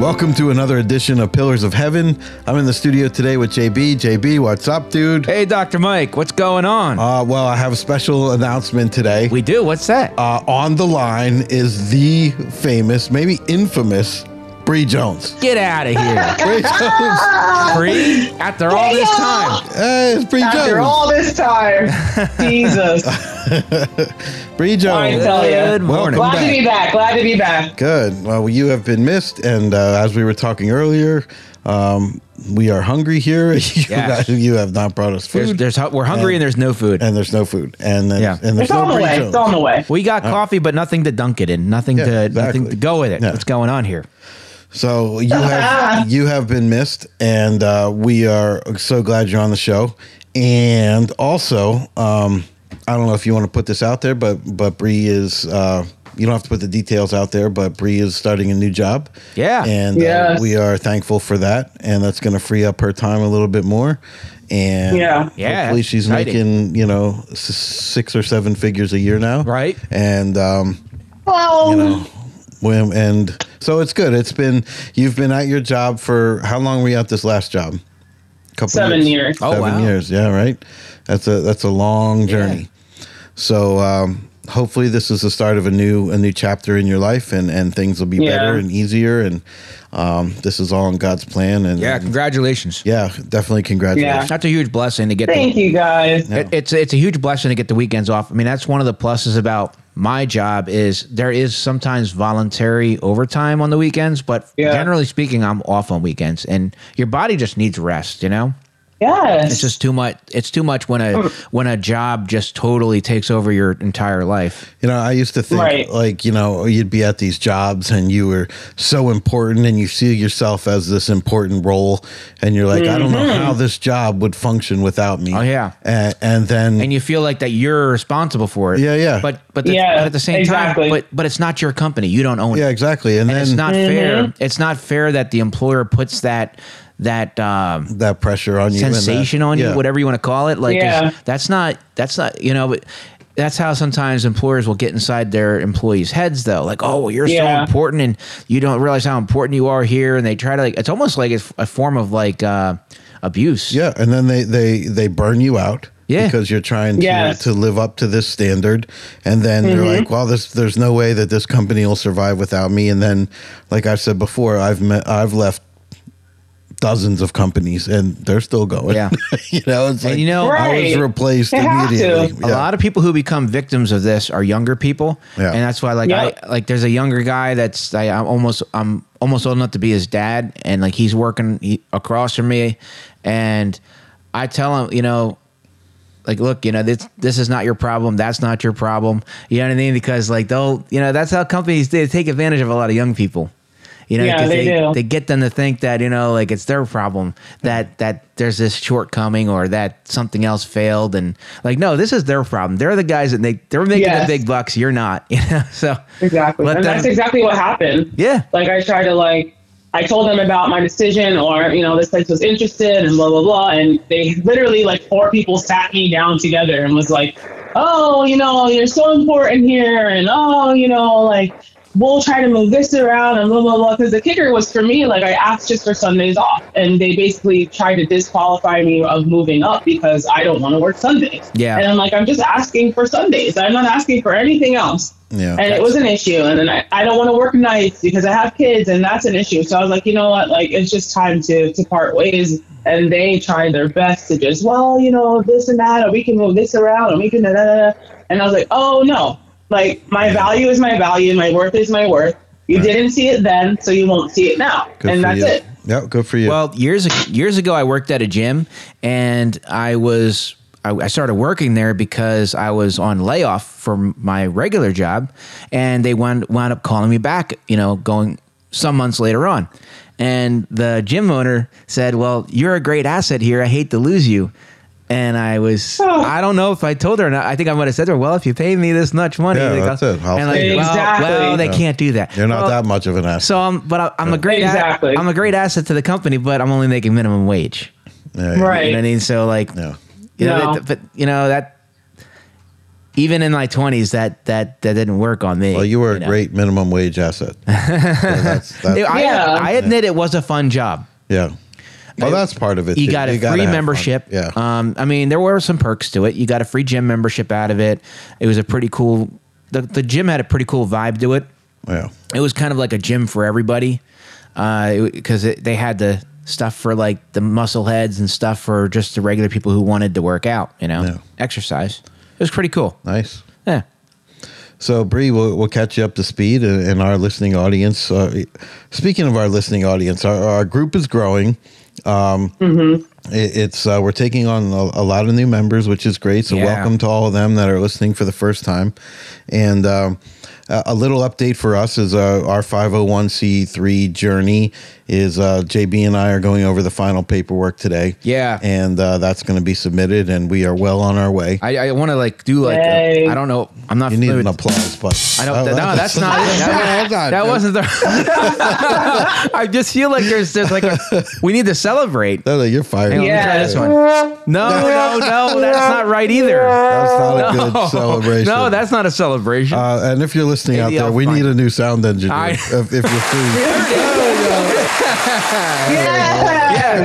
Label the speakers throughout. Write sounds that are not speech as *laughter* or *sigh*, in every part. Speaker 1: Welcome to another edition of Pillars of Heaven. I'm in the studio today with JB. JB, what's up, dude?
Speaker 2: Hey, Dr. Mike, what's going on?
Speaker 1: Uh, well, I have a special announcement today.
Speaker 2: we do. What's that?
Speaker 1: Uh, on the line is the famous, maybe infamous, Bree
Speaker 3: *laughs*
Speaker 1: Jones.
Speaker 2: Get
Speaker 1: *laughs*
Speaker 2: out of here.
Speaker 1: Bree Jones.
Speaker 2: Free? After all this time.
Speaker 1: Hey, it's Bree
Speaker 3: After
Speaker 1: Jones.
Speaker 3: all this
Speaker 2: *laughs*
Speaker 3: time, Jesus.
Speaker 1: Bree
Speaker 3: I
Speaker 1: Jones.
Speaker 3: tell ya.
Speaker 2: Good morning.
Speaker 1: Welcome.
Speaker 3: Glad to be back. Glad to be back.
Speaker 1: Good. Well, you have been missed, and uh, as we were talking earlier, um, we are hungry here. *laughs* you,
Speaker 2: Yes.
Speaker 1: guys- you have not brought us
Speaker 2: There's,
Speaker 1: food,
Speaker 2: there's, hu- we're hungry and there's no food.
Speaker 1: and there's no food, and then,
Speaker 2: Yeah.
Speaker 1: and there's
Speaker 3: It's
Speaker 1: no
Speaker 3: on the
Speaker 1: Bree
Speaker 3: way.
Speaker 1: Jones.
Speaker 3: It's on the way.
Speaker 2: We got coffee, but nothing to dunk it in. Nothing
Speaker 1: uh, Yeah,
Speaker 2: to nothing
Speaker 1: exactly.
Speaker 2: to go with it.
Speaker 1: Yeah.
Speaker 2: What's going on here?
Speaker 1: So you
Speaker 3: *laughs*
Speaker 1: have you have been missed, and uh, we are so glad you're on the show. And also, um, I don't know if you want to put this out there, but but Bree is uh, you don't have to put the details out there, but Bree is starting a new job.
Speaker 2: Yeah.
Speaker 1: and uh,
Speaker 3: Yes.
Speaker 1: we are thankful for that, and that's going to free up her time a little bit more. And
Speaker 3: Yeah.
Speaker 2: Yeah,
Speaker 1: hopefully she's
Speaker 2: exciting.
Speaker 1: making you know s- six or seven figures a year now,
Speaker 2: Right.
Speaker 1: And um,
Speaker 3: Well,
Speaker 1: Whim and so it's good. It's been you've been at your job for how long were you at this last job? Couple
Speaker 3: seven years.
Speaker 2: Oh,
Speaker 1: Seven
Speaker 2: wow.
Speaker 1: years. Yeah, right. That's a that's a long journey. So um, hopefully this is the start of a new a new chapter in your life, and and things will be
Speaker 3: Yeah.
Speaker 1: better and easier. And um, this is all in God's plan. And
Speaker 2: Yeah, congratulations.
Speaker 1: yeah, definitely congratulations.
Speaker 2: That's a huge blessing to get the-
Speaker 3: Thank you guys.
Speaker 2: It- it's it's a huge blessing to get the weekends off. I mean, that's one of the pluses about my job is there is sometimes voluntary overtime on the weekends, but
Speaker 3: Yeah.
Speaker 2: generally speaking, I'm off on weekends, and your body just needs rest. You know,
Speaker 3: Yes.
Speaker 2: it's just too much. It's too much
Speaker 1: *laughs*
Speaker 2: when a when a job just totally takes over your entire life.
Speaker 1: You know, I used to think
Speaker 3: Right.
Speaker 1: like, you know, you'd be at these jobs and you were so important and you see yourself as this important role and you're like, I don't know how this job would function without me.
Speaker 2: Oh, yeah.
Speaker 1: And, and then
Speaker 2: And you feel like that you're responsible for it.
Speaker 1: Yeah, yeah.
Speaker 2: But but, the,
Speaker 3: Yeah,
Speaker 2: but at the same
Speaker 3: exactly.
Speaker 2: time, but but it's not your company. You don't own it.
Speaker 1: yeah, exactly. And,
Speaker 2: And
Speaker 1: then
Speaker 2: it's not fair.
Speaker 3: Mm-hmm.
Speaker 2: It's not fair that the employer puts that that um,
Speaker 1: that pressure on you and that-
Speaker 2: sensation on you,
Speaker 1: yeah.
Speaker 2: whatever you want to call it. Like,
Speaker 3: Yeah.
Speaker 2: is- that's not, that's not, you know, but that's how sometimes employers will get inside their employees' heads, though. Like, oh, you're so
Speaker 3: Yeah.
Speaker 2: important and you don't realize how important you are here. And they try to, like, it's almost like it's a form of like uh, abuse.
Speaker 1: Yeah, and then they they they burn you out.
Speaker 2: Yeah.
Speaker 1: Because you're trying to,
Speaker 3: Yes. Mm-hmm.
Speaker 1: to live up to this standard, and then they're like, "Well, this, there's no way that this company will survive without me." And then, like I said before, I've met, I've left dozens of companies, and they're still going.
Speaker 2: Yeah.
Speaker 1: *laughs* you know, it's like
Speaker 2: And you know,
Speaker 1: I was
Speaker 3: Right.
Speaker 1: replaced
Speaker 3: They have to.
Speaker 1: immediately.
Speaker 2: a lot of people who become victims of this are younger people,
Speaker 1: Yeah.
Speaker 2: and that's why like
Speaker 3: Yep.
Speaker 2: I like there's a younger guy that's I, I'm almost I'm almost old enough to be his dad, and like he's working he, across from me, and I tell him you know. Like, look, you know, this this is not your problem. That's not your problem. You know what I mean? Because like they'll, you know, that's how companies they take advantage of a lot of young people. You know,
Speaker 3: Yeah,
Speaker 2: 'cause
Speaker 3: they do.
Speaker 2: they get them to think that you know, like it's their problem that that there's this shortcoming or that something else failed, and like no, this is their problem. They're the guys that make they're making
Speaker 3: Yes.
Speaker 2: the big bucks. You're not, *laughs* you know. So
Speaker 3: exactly.
Speaker 2: let
Speaker 3: And
Speaker 2: them-
Speaker 3: that's exactly what happened.
Speaker 2: yeah,
Speaker 3: Like I tried to like I told them about my decision or, you know, this place was interested and blah blah blah. And they literally like four people sat me down together and was like, Oh, you know, you're so important here and oh, you know, like we'll try to move this around and blah blah blah. Because the kicker was for me, like I asked just for Sundays off and they basically tried to disqualify me of moving up because I don't want to work Sundays.
Speaker 2: Yeah.
Speaker 3: And I'm like, I'm just asking for Sundays. I'm not asking for anything else
Speaker 1: yeah,
Speaker 3: and it was an issue. And then I, I don't want to work nights because I have kids, and that's an issue. So I was like, you know what? Like, it's just time to, to part ways. And they tried their best to just, well, you know, this and that, or we can move this around, and we can da da da. da. And I was like, oh no, like my value is my value, my worth is my worth. You
Speaker 1: Right.
Speaker 3: didn't see it then, so you won't see it now,
Speaker 1: Good
Speaker 3: and
Speaker 1: for
Speaker 3: that's
Speaker 1: you.
Speaker 3: it.
Speaker 1: Yeah, good for you.
Speaker 2: Well, years ag- years ago, I worked at a gym, and I was I, I started working there because I was on layoff from my regular job, and they wound wound up calling me back. You know, going some months later on, and the gym owner said, "Well, you're a great asset here. I hate to lose you." And I was,
Speaker 3: Oh.
Speaker 2: I don't know if I told her or not. I think I might have said to her, well, if you pay me this much money,
Speaker 1: Yeah,
Speaker 2: like,
Speaker 1: that's
Speaker 2: I'll-
Speaker 1: it. I'll
Speaker 2: and like,
Speaker 3: pay you.
Speaker 2: well, well,
Speaker 3: Exactly.
Speaker 2: they can't do that.
Speaker 1: you're not
Speaker 2: Well,
Speaker 1: that much of an asset.
Speaker 2: so I'm, but I, I'm a great,
Speaker 3: Exactly.
Speaker 2: i I'm a great asset to the company, but I'm only making minimum wage.
Speaker 1: Yeah, yeah,
Speaker 3: Right.
Speaker 2: You know what I mean? So like,
Speaker 1: Yeah.
Speaker 2: you know,
Speaker 3: No.
Speaker 2: that- but you know that even in my twenties, that that that didn't work on me.
Speaker 1: Well, you were a
Speaker 2: know.
Speaker 1: great minimum wage asset. So that's,
Speaker 2: *laughs*
Speaker 1: that's,
Speaker 2: It- I,
Speaker 3: Yeah.
Speaker 2: I admit it was a fun job.
Speaker 1: yeah. Well, that's part of it.
Speaker 2: You
Speaker 1: too.
Speaker 2: got a
Speaker 1: gotta
Speaker 2: free
Speaker 1: have fun.
Speaker 2: membership.
Speaker 1: Yeah.
Speaker 2: Um, I mean, there were some perks to it. You got a free gym membership out of it. It was a pretty cool. The, the gym had a pretty cool vibe to it.
Speaker 1: yeah.
Speaker 2: It was kind of like a gym for everybody, because it they had the stuff for like the muscle heads and stuff for just the regular people who wanted to work out. You know,
Speaker 1: Yeah.
Speaker 2: exercise. It was pretty cool.
Speaker 1: Nice.
Speaker 2: Yeah.
Speaker 1: So, Bree, we'll, we'll catch you up to speed and, and our listening audience. Uh, speaking of our listening audience, our, our group is growing.
Speaker 2: Mm-hmm.
Speaker 1: Um, it- it's uh, we're taking on a, a lot of new members, which is great. So,
Speaker 2: Yeah.
Speaker 1: welcome to all of them that are listening for the first time. And um, a a little update for us is uh, our 501c3 journey is uh, JB and I are going over the final paperwork today.
Speaker 2: Yeah.
Speaker 1: and uh, that's going to be submitted, and we are well on our way.
Speaker 2: I, I want to like do like I
Speaker 3: Yay.
Speaker 2: I don't know. I'm not.
Speaker 1: you need
Speaker 2: familiar
Speaker 1: an
Speaker 2: with-
Speaker 1: applause, but Oh,
Speaker 2: I don't. no, that's not. it.
Speaker 1: *laughs*
Speaker 2: That, that wasn't the. *laughs* I just feel like there's there's like a, we need to celebrate.
Speaker 1: No, no, you're fired.
Speaker 2: Hang on,
Speaker 3: Yeah.
Speaker 2: let me try this one. No, no, no, that's not right either.
Speaker 1: That's not a
Speaker 2: *laughs* No.
Speaker 1: good celebration.
Speaker 2: No, that's not a celebration.
Speaker 1: Uh, and if you're listening out
Speaker 2: Maybe
Speaker 1: there,
Speaker 2: I'll
Speaker 1: we
Speaker 2: find
Speaker 1: need a new sound engineer.
Speaker 2: I-
Speaker 1: if, if you're
Speaker 2: *laughs*
Speaker 1: free,
Speaker 2: yeah,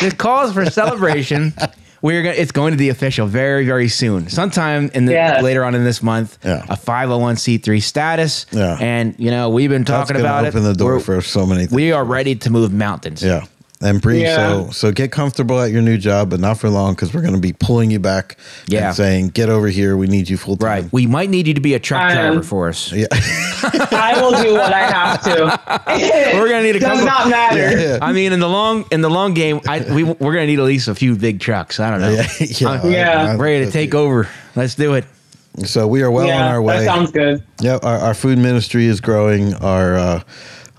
Speaker 2: this calls for
Speaker 1: *laughs*
Speaker 2: celebration. We're gonna, it's going to be official very, very soon. Sometime in the
Speaker 3: Yeah.
Speaker 2: later on in this month,
Speaker 1: Yeah.
Speaker 2: a 501c3 status.
Speaker 1: Yeah.
Speaker 2: And you know, we've been
Speaker 1: that's
Speaker 2: talking
Speaker 1: going
Speaker 2: about
Speaker 1: to
Speaker 2: it.
Speaker 1: open the door
Speaker 2: We're-
Speaker 1: for so many things.
Speaker 2: we are ready to move mountains.
Speaker 1: yeah. And Bree, so
Speaker 3: Yeah.
Speaker 1: so get comfortable at your new job, but not for long because we're going to be pulling you back
Speaker 2: Yeah.
Speaker 1: and saying, "Get over here. We need you full time."
Speaker 2: Right. We might need you to be a truck
Speaker 3: Um,
Speaker 2: driver for us.
Speaker 3: I will do what I have
Speaker 1: *laughs*
Speaker 3: to.
Speaker 2: We're gonna need a
Speaker 3: Does
Speaker 2: couple-
Speaker 3: not matter.
Speaker 1: Yeah.
Speaker 2: I mean, in the long in the long game, I, we we're gonna need at least a few big trucks. I don't know.
Speaker 1: *laughs* yeah.
Speaker 3: Yeah.
Speaker 1: I- I-
Speaker 2: I'm ready to take over. Let's do it.
Speaker 1: So we are well
Speaker 3: yeah,
Speaker 1: on our
Speaker 3: that
Speaker 1: way.
Speaker 3: sounds good.
Speaker 1: Yep, our, our food ministry is growing. Our uh,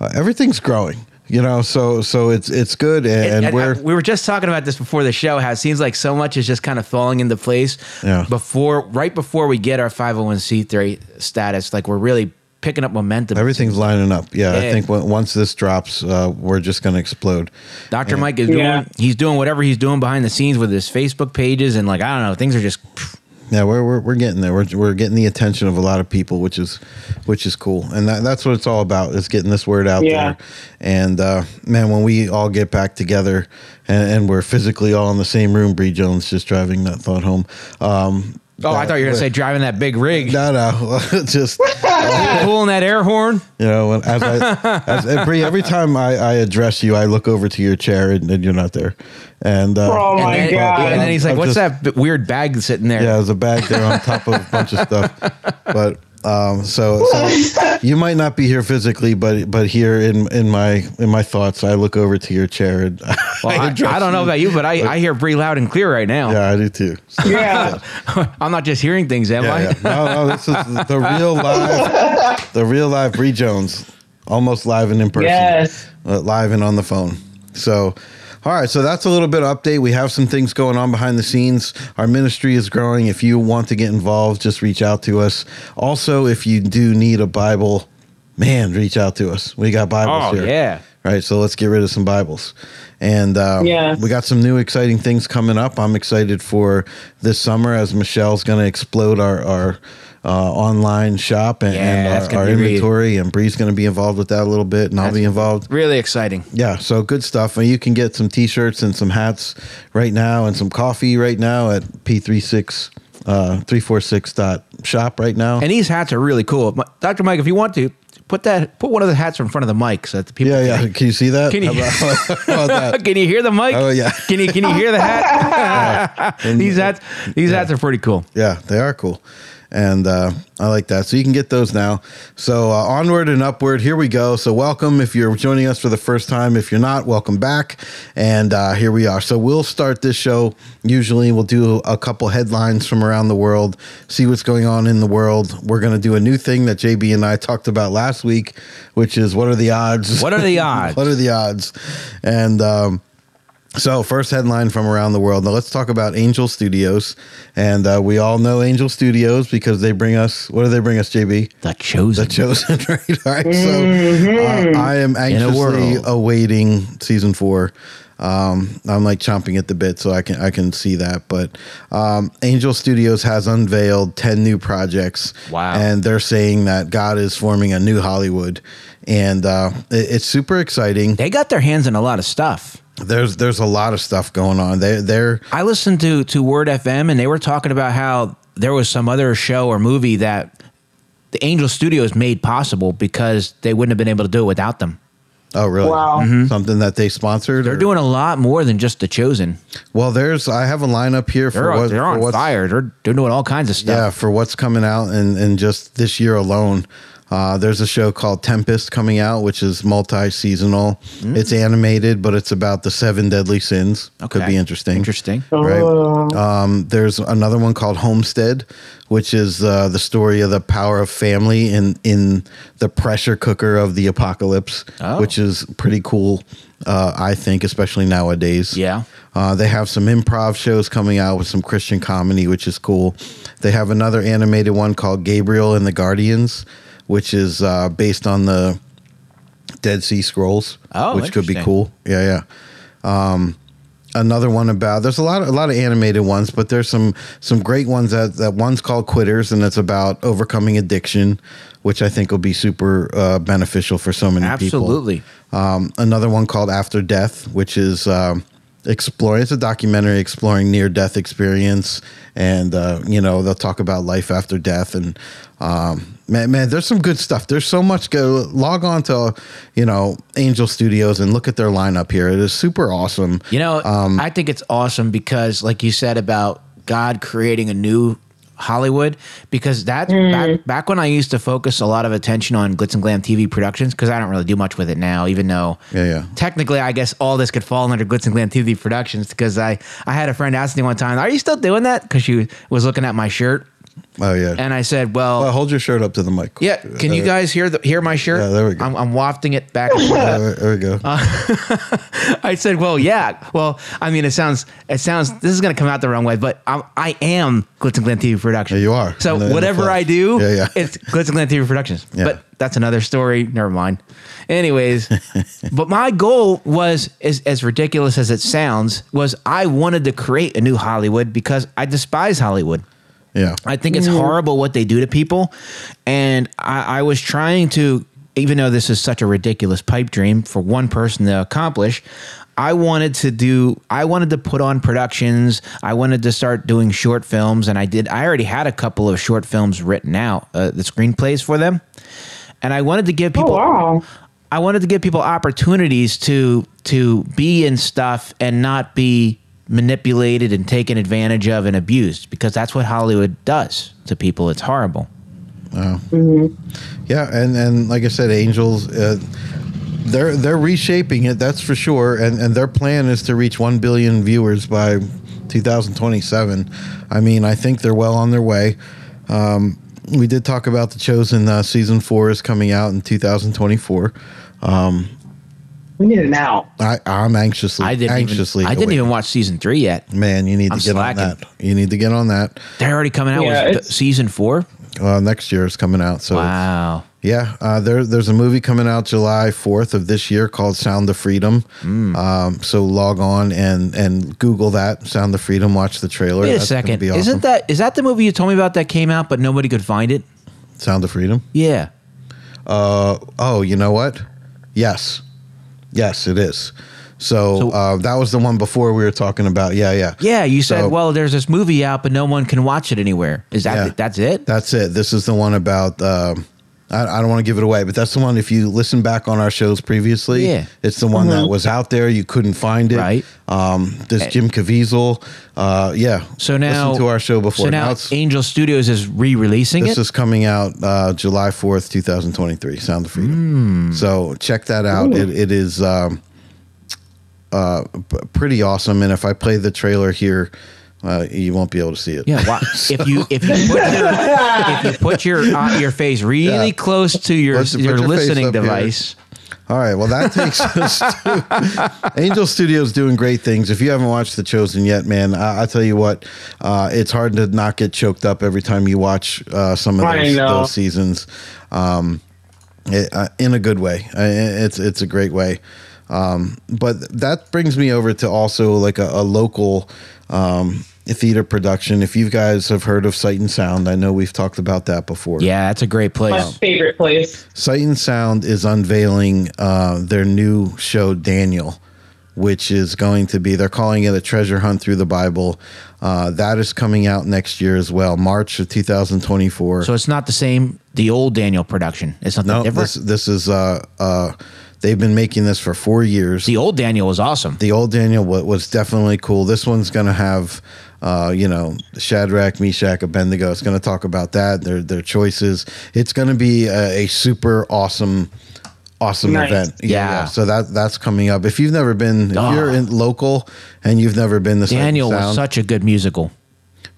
Speaker 1: uh, everything's growing. You know, so so it's it's good, and, and,
Speaker 2: I-
Speaker 1: we're
Speaker 2: we were just talking about this before the show. How it seems like so much is just kind of falling into place.
Speaker 1: Yeah.
Speaker 2: Before, right before we get our 501c3 status, like we're really picking up momentum.
Speaker 1: everything's lining up. Yeah, I
Speaker 2: Yeah.
Speaker 1: think w- once this drops, uh, we're just going to explode.
Speaker 2: Dr. Mike is doing.
Speaker 3: Yeah.
Speaker 2: He's doing whatever he's doing behind the scenes with his Facebook pages and like I don't know. Things are just.
Speaker 1: Yeah, we're we're, we're getting there. We're, we're getting the attention of a lot of people, which is which is cool, and that, that's what it's all about is getting this word out
Speaker 3: Yeah.
Speaker 1: there. And uh, man, when we all get back together and, and we're physically all in the same room, Bree Jones just driving that thought home. Um,
Speaker 2: Oh, I thought you were gonna say driving that big rig,
Speaker 1: no, no, *laughs* just.
Speaker 2: *laughs* pulling that air horn.
Speaker 1: You know, when, as
Speaker 2: *laughs*
Speaker 1: I, as every, every time I, I address you, I look over to your chair and, and you're not there. And uh,
Speaker 3: Oh
Speaker 2: And
Speaker 3: my
Speaker 2: then,
Speaker 3: God.
Speaker 2: and then he's like,
Speaker 1: I'm
Speaker 2: "What's
Speaker 1: just-
Speaker 2: that b- weird bag sitting there?"
Speaker 1: Yeah, there's a bag there on top of a bunch of stuff. But um, so, so you might not be here physically, but but here in in my in my thoughts, I look over to your chair and *laughs*
Speaker 3: *laughs*
Speaker 2: Well, I, I
Speaker 1: address
Speaker 2: don't know about you, but I, I hear Bree loud and clear right now.
Speaker 1: Yeah, I do too. So, *laughs*
Speaker 3: Yeah.
Speaker 2: I'm not just hearing things, am I?
Speaker 1: yeah, yeah. No, no, this is the real live, the real live Bree Jones, almost live and in person.
Speaker 3: Yes.
Speaker 1: uh, live and on the phone. So, all right. So that's a little bit of update. We have some things going on behind the scenes. Our ministry is growing. If you want to get involved, just reach out to us. Also, if you do need a Bible, man, reach out to us. We got Bibles
Speaker 2: Oh
Speaker 1: here.
Speaker 2: yeah.
Speaker 1: Right. So let's get rid of some Bibles. And um,
Speaker 3: Yeah.
Speaker 1: we got some new exciting things coming up. I'm excited for this summer as Michelle's going to explode our, our uh, online shop and, and
Speaker 2: Yeah, that's
Speaker 1: our,
Speaker 2: gonna
Speaker 1: our
Speaker 2: be really-
Speaker 1: inventory. And Bree's going to be involved with that a little bit, and I'll be involved.
Speaker 2: Really exciting.
Speaker 1: Yeah, so good stuff. And you can get some t-shirts and some hats right now and some coffee right now at P36 uh 346 dot shop right now.
Speaker 2: And these hats are really cool. Mi- Dr. Mike, if you want to, put that put one of the hats in front of the mic so that the people
Speaker 1: yeah, yeah. Can you see that?
Speaker 2: Can you-
Speaker 1: How about, how about that?
Speaker 2: *laughs* Can you hear the mic?
Speaker 1: Oh, yeah.
Speaker 2: Can you can you hear
Speaker 1: *laughs*
Speaker 2: the hat? *laughs*
Speaker 1: And-
Speaker 2: these hats these hats are pretty cool.
Speaker 1: Yeah, they are cool. And uh, I like that. So you can get those now. So uh, onward and upward. Here we go. So welcome if you're joining us for the first time. If you're not, welcome back. And uh, here we are. So we'll start this show. Usually we'll do a couple headlines from around the world, see what's going on in the world. We're going to do a new thing that JB and I talked about last week, which is what are the odds?
Speaker 2: What are the odds?
Speaker 1: *laughs* what are the odds? And um, so, first headline from around the world. Now, let's talk about Angel Studios. And uh, we all know Angel Studios because they bring us, what do they bring us, JB?
Speaker 2: The chosen.
Speaker 1: Chosen, *laughs* right? All right. So, uh, I am
Speaker 2: a
Speaker 1: anxiously
Speaker 2: world.
Speaker 1: awaiting season four. Um, I'm like chomping at the bit, so I can I can see that. But um, Angel Studios has unveiled ten new projects.
Speaker 2: Wow.
Speaker 1: And they're saying that God is forming a new Hollywood, and uh, it, it's super exciting.
Speaker 2: They got their hands in a lot of stuff.
Speaker 1: There's there's a lot of stuff going on. They they're
Speaker 2: I listened to to Word FM and they were talking about how there was some other show or movie that the Angel Studios made possible because they wouldn't have been able to do it without them.
Speaker 1: oh really
Speaker 3: Wow.
Speaker 1: something that they sponsored.
Speaker 2: Mm-hmm. They're doing a lot more than just the chosen.
Speaker 1: well. There's I have a lineup here for
Speaker 2: They're on,
Speaker 1: what
Speaker 2: they're
Speaker 1: for
Speaker 2: on
Speaker 1: what's-
Speaker 2: fire. They're, they're doing all kinds of
Speaker 1: Yeah,
Speaker 2: stuff.
Speaker 1: for what's coming out and, and just this year alone. Uh, there's a show called Tempest coming out, which is multi seasonal.
Speaker 2: Mm.
Speaker 1: It's animated, but it's about the seven deadly sins. Could
Speaker 2: Okay.
Speaker 1: be interesting.
Speaker 2: Interesting.
Speaker 1: Right.
Speaker 3: Oh.
Speaker 1: Um, there's another one called Homestead, which is uh, the story of the power of family in in the pressure cooker of the apocalypse,
Speaker 2: Oh.
Speaker 1: which is pretty cool. Uh, I think, especially nowadays.
Speaker 2: Yeah.
Speaker 1: Uh, they have some improv shows coming out with some Christian comedy, which is cool. They have another animated one called Gabriel and the Guardians, which is uh, based on the Dead Sea Scrolls,
Speaker 2: Oh,
Speaker 1: which could be
Speaker 2: interesting.
Speaker 1: cool. Yeah, yeah. Um, another one about there's a lot a lot of animated ones, but there's some some great ones that that one's called Quitters, and it's about overcoming addiction, which I think will be super uh, beneficial for so many people.
Speaker 2: Absolutely.
Speaker 1: Um, another one called After Death, which is um, exploring. It's a documentary exploring near death experience, and uh, you know they'll talk about life after death. And um, man, man, there's some good stuff. There's so much. Go log on to you know Angel Studios and look at their lineup here. It is super awesome.
Speaker 2: You know,
Speaker 1: Um,
Speaker 2: I think it's awesome because, like you said about God creating a new Hollywood, because that back, back when I used to focus a lot of attention on glitz and glam TV productions, because I don't really do much with it now, even though
Speaker 1: Yeah, yeah.
Speaker 2: technically I guess all this could fall under glitz and glam TV productions. Because I I had a friend ask me one time, "Are you still doing that?" Because she was looking at my shirt,
Speaker 1: Oh yeah.
Speaker 2: and I said, "Well."
Speaker 1: Uh, hold your shirt up to the mic.
Speaker 2: yeah, can you
Speaker 1: There-
Speaker 2: guys hear the, hear my shirt?
Speaker 1: Uh, Yeah, there we go.
Speaker 2: I'm, I'm wafting it back. and forth.
Speaker 1: There, there we go.
Speaker 2: *laughs* Uh, I said, "Well, yeah. Well, I mean, it sounds it sounds. This is going to come out the wrong way, but I'm, I am Glitz and Glam TV Productions.
Speaker 1: Yeah, you are.
Speaker 2: So
Speaker 1: In the- in the
Speaker 2: whatever
Speaker 1: flesh.
Speaker 2: I do,
Speaker 1: Yeah, yeah.
Speaker 2: *laughs* it's Glitz and Glam TV Productions.
Speaker 1: Yeah.
Speaker 2: But that's another story. Never mind. Anyways,
Speaker 1: *laughs*
Speaker 2: but my goal was as, as ridiculous as it sounds was I wanted to create a new Hollywood because I despise Hollywood.
Speaker 1: yeah.
Speaker 2: I think it's horrible what they do to people. And I, I was trying to, even though this is such a ridiculous pipe dream for one person to accomplish, I wanted to do, I wanted to put on productions. I wanted to start doing short films. And I did, I already had a couple of short films written out, uh, the screenplays for them. And I wanted to give people
Speaker 3: wow.
Speaker 2: I wanted to give people opportunities to to be in stuff and not be manipulated and taken advantage of and abused because that's what Hollywood does to people. It's horrible.
Speaker 1: Yeah, and and like I said, Angels, uh, they're they're reshaping it. That's for sure. And and their plan is to reach one billion viewers by 2027. I mean, I think they're well on their way. Um, we did talk about the Chosen uh, season four is coming out in 2024.
Speaker 3: We need it now.
Speaker 1: I, I'm anxiously
Speaker 2: I didn't
Speaker 1: anxiously.
Speaker 2: even, I didn't
Speaker 1: awaiting.
Speaker 2: even watch season three yet.
Speaker 1: Man, you need to
Speaker 2: I'm
Speaker 1: get on
Speaker 2: slacking.
Speaker 1: that. You need to get on that.
Speaker 2: They're already coming out
Speaker 3: Yeah,
Speaker 2: with th-
Speaker 3: it's-
Speaker 2: season four.
Speaker 1: Uh, next year is coming out. So
Speaker 2: Wow.
Speaker 1: Yeah, uh, there, there's a movie coming out July 4th of this year called Sound of Freedom.
Speaker 2: Mm.
Speaker 1: Um, so log on and, and Google that, Sound of Freedom, watch the trailer.
Speaker 2: Wait a
Speaker 1: That's gonna
Speaker 2: second.
Speaker 1: be awesome.
Speaker 2: Isn't that is that the movie you told me about that came out but nobody could find it?
Speaker 1: Sound of Freedom?
Speaker 2: Yeah.
Speaker 1: Uh, oh, you know what? Yes. Yes, it is. So,
Speaker 2: So-
Speaker 1: uh, that was the one before we were talking about. Yeah, yeah.
Speaker 2: Yeah, you said,
Speaker 1: So-
Speaker 2: well, there's this movie out, but no one can watch it anywhere. Is that
Speaker 1: Yeah.
Speaker 2: that's it?
Speaker 1: That's it. This is the one about. Um, I, I don't want to give it away, but that's the one. If you listen back on our shows previously,
Speaker 2: Yeah. Mm-hmm.
Speaker 1: it's the one that was out there. You couldn't find it.
Speaker 2: Right. Eh.
Speaker 1: Um, this Jim Caviezel. Uh, yeah.
Speaker 2: So now
Speaker 1: listen to our show before.
Speaker 2: So now,
Speaker 1: it's-
Speaker 2: Angel Studios is re-releasing
Speaker 1: this
Speaker 2: it.
Speaker 1: is coming out uh, July fourth, two thousand twenty-three. Sound of
Speaker 2: Hmm.
Speaker 1: Freedom. So check that out. It, it is um, uh, p- pretty awesome. And if I play the trailer here, uh, you won't be able to see it. *laughs*
Speaker 2: yeah, why, if you if you put your, if you put your uh, your face really
Speaker 1: Yeah.
Speaker 2: close to your
Speaker 1: Put- put
Speaker 2: your,
Speaker 1: your face
Speaker 2: listening
Speaker 1: up here.
Speaker 2: device,
Speaker 1: All right. Well, that
Speaker 3: *laughs*
Speaker 1: takes us to Angel Studios doing great things. If you haven't watched The Chosen yet, man, I, I tell you what, uh, it's hard to not get choked up every time you watch uh, some of
Speaker 3: I
Speaker 1: those,
Speaker 3: know.
Speaker 1: those seasons. Um, it, uh, in a good way. Uh, it's it's a great way. Um, but that brings me over to also like a, a local um, theater production. If you guys have heard of Sight and Sound, I know we've talked about that before.
Speaker 2: Yeah, that's a great
Speaker 1: um,
Speaker 3: My
Speaker 2: place.
Speaker 3: favorite place.
Speaker 1: Sight and Sound is unveiling uh, their new show, Daniel, which is going to be, they're calling it a treasure hunt through the Bible. Uh, that is coming out next year as well, March of 2024.
Speaker 2: So it's not the same the old Daniel production. It's something
Speaker 1: no,
Speaker 2: different.
Speaker 1: this, this is, uh, uh, they've been making this for four years.
Speaker 2: the old Daniel was awesome.
Speaker 1: the old Daniel wa- was definitely cool. This one's going to have, uh, you know, Shadrach, Meshach, Abednego. It's going to talk about that, their their choices. It's going to be a, a super awesome, awesome
Speaker 3: Nice.
Speaker 1: event.
Speaker 2: Yeah.
Speaker 1: So that that's coming up. If you've never been, if
Speaker 2: Ah.
Speaker 1: you're in local and you've never been this
Speaker 2: Daniel was such a good musical.